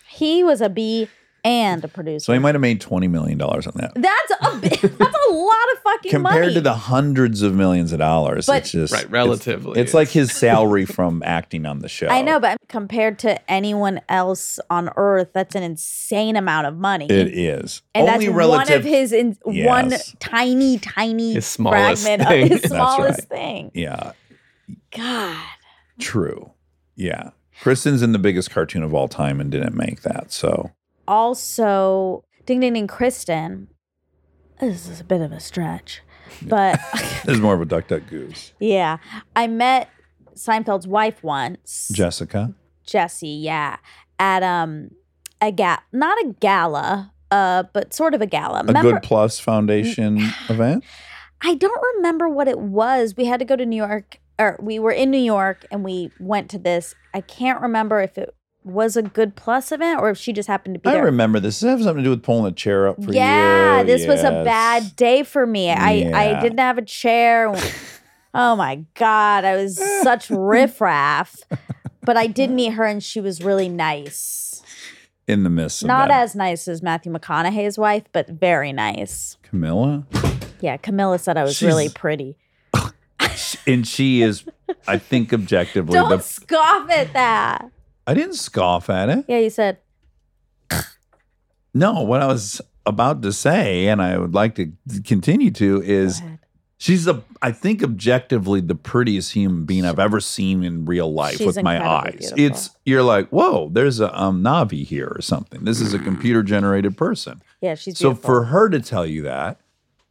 He was a B and a producer.
So he might have made $20 million on that.
that's a big, that's a lot of fucking
Compared
money.
to the hundreds of millions of dollars,
But-
it's just.
Right, relatively.
It's, it's like his salary from acting on the show.
I know, but compared to anyone else on Earth, that's an insane amount of money.
It is.
and
Only
that's
relative
one of his in, one
Yes.
tiny, tiny
His smallest
fragment
thing.
of his
That's
smallest
right.
thing.
Yeah,
God.
true. Yeah. Kristen's in the biggest cartoon of all time and didn't make that. So
also ding ding ding kristen this is a bit of a stretch but
there's more of a duck duck goose.
yeah i met seinfeld's wife once
Jessica.
jesse yeah at um a ga- not a gala uh but sort of a gala
A Good Plus Foundation event.
i don't remember what it was we had to go to new york or we were in new york and we went to this i can't remember if it was a good plus event or if she just happened to be
I
there
remember this. Does it have something to do with pulling a chair up for
yeah,
you?
this was a
Yes.
bad day for me. I
Yeah.
I didn't have a chair. oh my god, I was such riffraff. But I did meet her, and she was really nice.
in the midst of
Not
that.
as nice as Matthew McConaughey's wife, but very nice.
Camilla.
Yeah, Camilla said I was
She's-
really pretty.
And she is, I think, objectively
Don't
the.
scoff at that.
I didn't scoff at it.
Yeah, you said
No, what I was about to say, and I would like to continue to, is
ahead.
she's the, I think, objectively the prettiest human being I've ever seen in real life
She's
with my eyes.
incredibly beautiful.
It's you're like, whoa, there's a um, Navi here or something. This is a computer generated person.
yeah, Mm-hmm. she's
So
beautiful.
for her to tell you that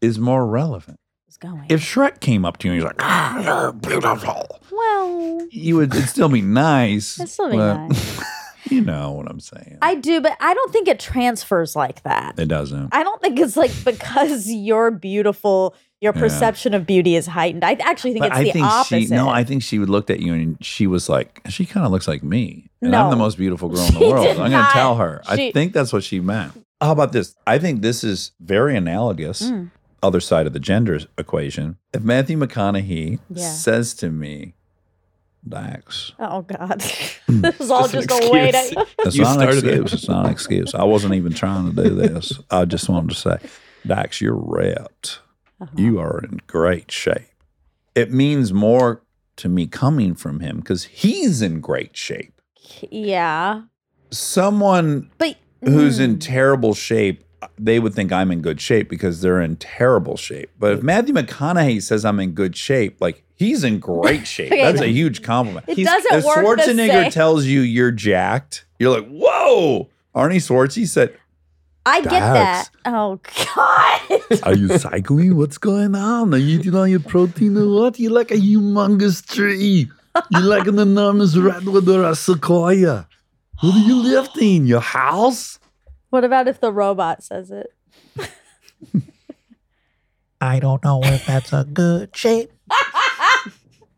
is more relevant.
It's going.
If Shrek came up to you and he's like, ah, you're beautiful,
well,
you would it'd still be nice.
It'd still be
but-
nice.
you know what I'm saying.
I do, but I don't think it transfers like that.
it doesn't.
I don't think it's like because you're beautiful, your
Yeah.
perception of beauty is heightened. I actually think it's
I
the
think
opposite.
she no, I think she would looked at you and she was like, she kind of looks like me, and I'm
No.
the most beautiful girl in the
She
world. I'm
did
going to
not.
tell her. I
She-
think that's what she meant. How about this? I think this is very analogous.
Mm.
Other side of the gender equation. If Matthew McConaughey
Yeah.
says to me, Dax,
oh God,
Hmm,
this is all
Just
just,
an
a way
excuse.
to.
it's
You
not an
started it.
excuse. It's not an excuse. I wasn't even trying to do this. I just wanted to say, Dax, you're repped.
Uh-huh.
You are in great shape. It means more to me coming from him because he's in great shape.
yeah,
someone
But
who's
Mm.
in terrible shape, they would think I'm in good shape because they're in terrible shape. But if Matthew McConaughey says I'm in good shape, like he's in great shape.
Okay.
That's a huge compliment.
it
He's-
doesn't
If
work.
Schwarzenegger
the same.
tells you you're jacked, you're like, whoa. Arnie Schwartz, said,
I get that. Oh God.
Are you cycling? What's going on? Are you eating all your protein or what? You're like a humongous tree. You're like an enormous redwood or a sequoia. What are you lifting? Your house?
what about if the robot says it?
I don't know if that's a good shape,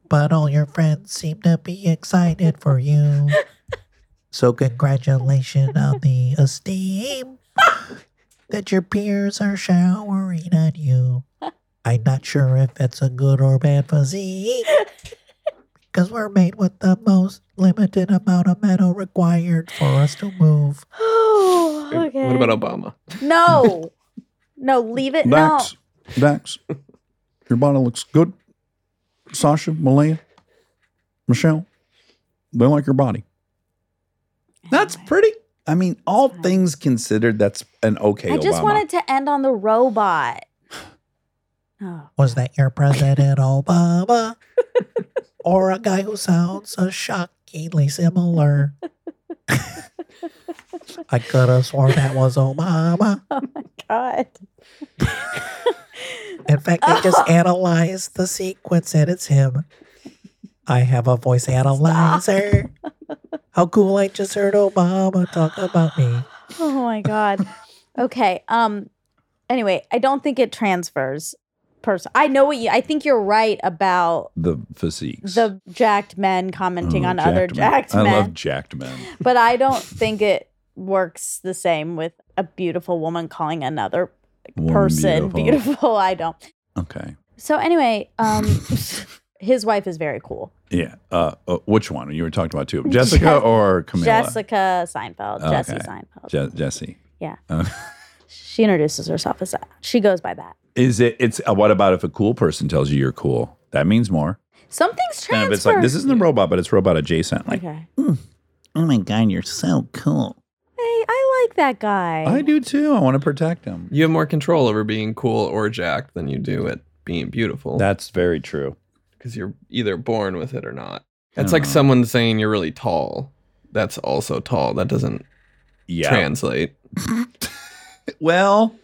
but all your friends seem to be excited for you. So, congratulations on the esteem that your peers are showering on you. I'm not sure if that's a good or bad physique because we're made with the most limited amount of metal required for us to move.
Oh, okay.
What about Obama?
no? No, leave it. No.
Dax, Dax, your body looks good. Sasha, Malaya, Michelle, they like your body.
That's pretty. I mean, all things considered, that's an okay.
I just
Obama.
wanted to end on the robot. Oh,
Was that your President Obama? or a guy who sounds so shockingly similar? I could have sworn that was Obama.
oh my God.
In fact, they just analyzed the sequence and it's him. I have a voice analyzer. How cool I just heard Obama talk about me.
Oh my god. okay. Um. Anyway, I don't think it transfers. Person, I know what you. I think you're right about
the physiques.
the jacked men commenting
Oh,
on other jacked
I
men,
love jacked men.
but I don't think it works the same with a beautiful woman calling another
Woman
person beautiful. I don't.
Okay.
So anyway, um, his wife is very cool.
Yeah. Uh, uh, which one? You were talking about two. Jessica or Camilla?
Jessica Seinfeld,
Okay.
Jesse Seinfeld.
Je- Jesse.
yeah,
Uh,
she introduces herself as that. She goes by that.
is it? It's uh, what about if a cool person tells you you're cool? That means more.
Something's
And
transferred.
if it's like this isn't a robot, but it's robot adjacent. Like
okay.
Oh my God, you're so cool.
Hey, I like that guy.
I do too. I want to protect him.
You have more control over being cool or jacked than you do at being beautiful
That's very true.
because you're either born with it or not.
don't
It's like
know.
someone saying you're really tall. That's also tall. That doesn't
Yeah.
translate.
Well,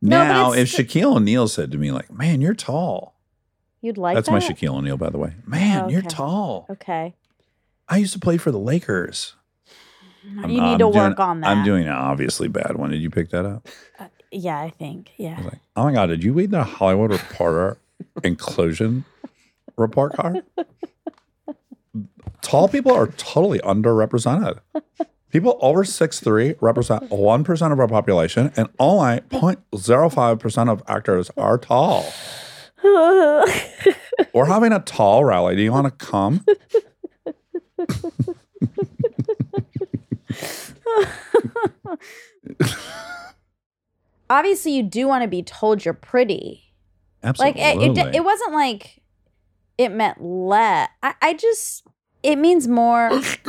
No, but
now if
it's-
Shaquille O'Neal said to me like, "Man, you're tall,"
You'd like
that's
that?
my Shaquille O'Neal, by the way. Man,
Oh,
you're
okay.
tall.
Okay.
I used to play for the Lakers.
You
I'm-
need
I'm
to
doing-
work on that.
I'm doing an obviously bad one. Did you pick that up?
Yeah, I think.
I
Yeah.
was like, oh my God, did you read the Hollywood Reporter inclusion report card? Tall people are totally underrepresented. People over 6'3 represent 1% of our population, and only 0.05% of actors are tall. We're having a tall rally. Do you want to come?
Obviously, you do want to be told you're pretty. Like
Absolutely.
it, it, di- it wasn't like it meant let. I, I just it means more.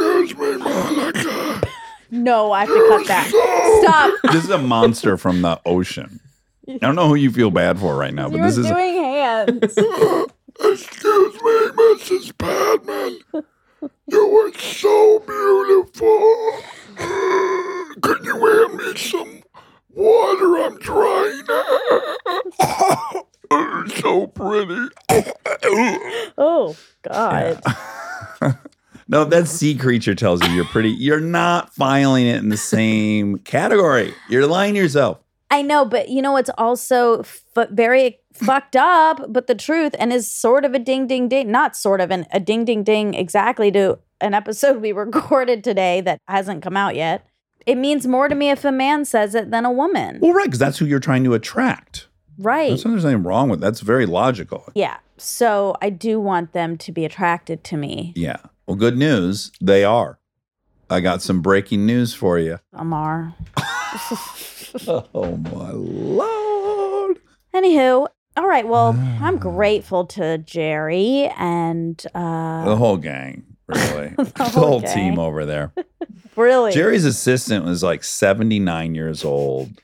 no, I have to cut that. Stop.
this is a monster from the ocean. I don't know who you feel bad for right now, but
You're
this is
doing hands.
Excuse me, Mrs. Padman. You were so beautiful. Could you hand me some water? I'm trying. so pretty.
oh God.
No, that sea creature tells you you're pretty. You're not filing it in the same category. You're lying to yourself.
I know, but you know what's also f- very fucked up, but the truth, and is sort of a ding ding ding, not sort of an, a ding ding ding exactly to an episode we recorded today that hasn't come out yet. It means more to me if a man says it than a woman.
Well, right, because that's who you're trying to attract.
Right.
That's not there's anything wrong with. That's very logical.
Yeah. So I do want them to be attracted to me,
Yeah. Well, good news, they are. I got some breaking news for you.
Amar.
Oh my lord!
Anywho, all right. Well,
Ah.
I'm grateful to Jerry and uh,
The whole gang, really, the
whole
whole team
gang.
over there.
Really?
Jerry's assistant was like 79 years old,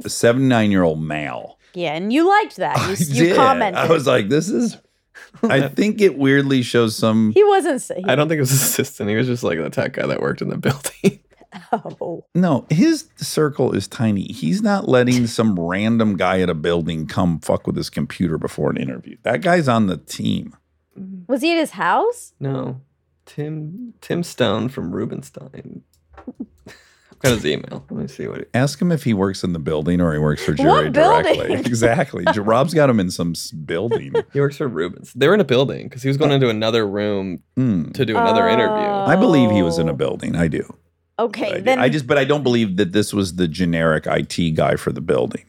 79 year old male.
yeah, and you liked that. You,
I
you
did.
commented.
I was like, this is, I think it weirdly shows some.
he wasn't. s- He,
I don't think it was his assistant. He was just like the tech guy that worked in the building.
oh,
No, his circle is tiny. He's not letting some random guy at a building come fuck with his computer before an interview. That guy's on the team.
was he at his house?
No, Tim Tim Stone from Rubenstein. I've got his email. Let me see what. He,
Ask him if he works in the building or he works for Jerry
What building?
directly. Exactly. Rob's got him in some s- building.
he works for Rubens. They were in a building because he was going into another room
Hmm.
to do another interview.
I believe he was in a
Oh.
building. I do. I,
Okay,
do.
then.
I just, but I don't believe that this was the generic IT guy for the building.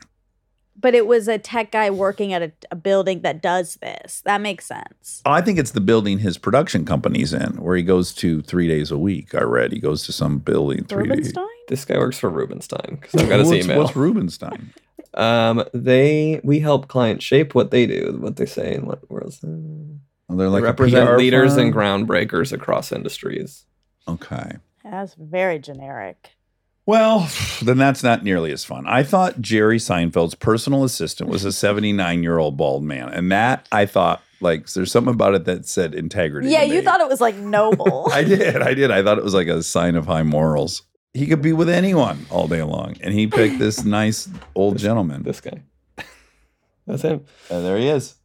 but it was a tech guy working at a, a building that does this. That makes sense.
I think it's the building his production company's in, where he goes to three days a week. I read he goes to some building three days.
Rubenstein?
This guy works for Rubenstein because I've got his
what's,
email.
what's Rubenstein?
Um, they we help clients shape what they do, what they say, and what worlds.
Well, they're
They
like a
represent
PR
leaders and
firm?
groundbreakers across industries.
Okay.
That's very generic.
Well, then that's not nearly as fun. I thought Jerry Seinfeld's personal assistant was a 79 year old bald man. And that I thought, like, there's something about it that said integrity.
Yeah,
to
you
me.
thought it was like noble.
I did. I did. I thought it was like a sign of high morals. He could be with anyone all day long. And he picked this nice old gentleman.
This guy. That's him.
Uh, there he is.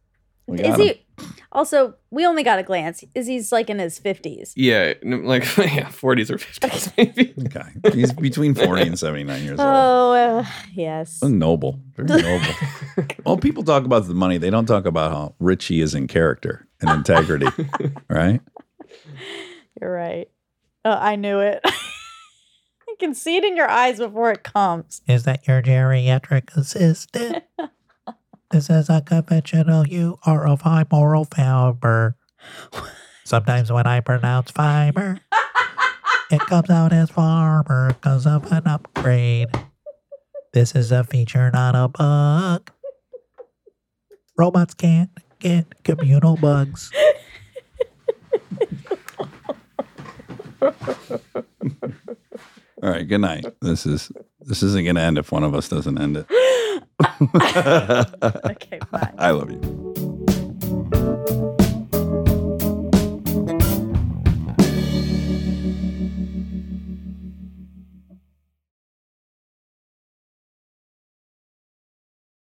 We
Is
got him.
he? Also, we only got a glance. Is he's like in his fifties?
Yeah, n- like yeah, 40s or 50s maybe.
Okay. He's between 40 and 79 years old.
Oh, uh, yes.
Noble. Very noble. well, people talk about the money. They don't talk about how rich he is in character and integrity, right?
You're right. Uh, I knew it. I can see it in your eyes before it comes.
Is that your geriatric assistant? this is a conventional. You are of high moral fiber. Sometimes when I pronounce fiber, it comes out as farmer because of an upgrade. This is a feature, not a bug. Robots can't get communal bugs.
All right, good night. This is this isn't gonna end if one of us doesn't end it.
Okay, fine.
I love you.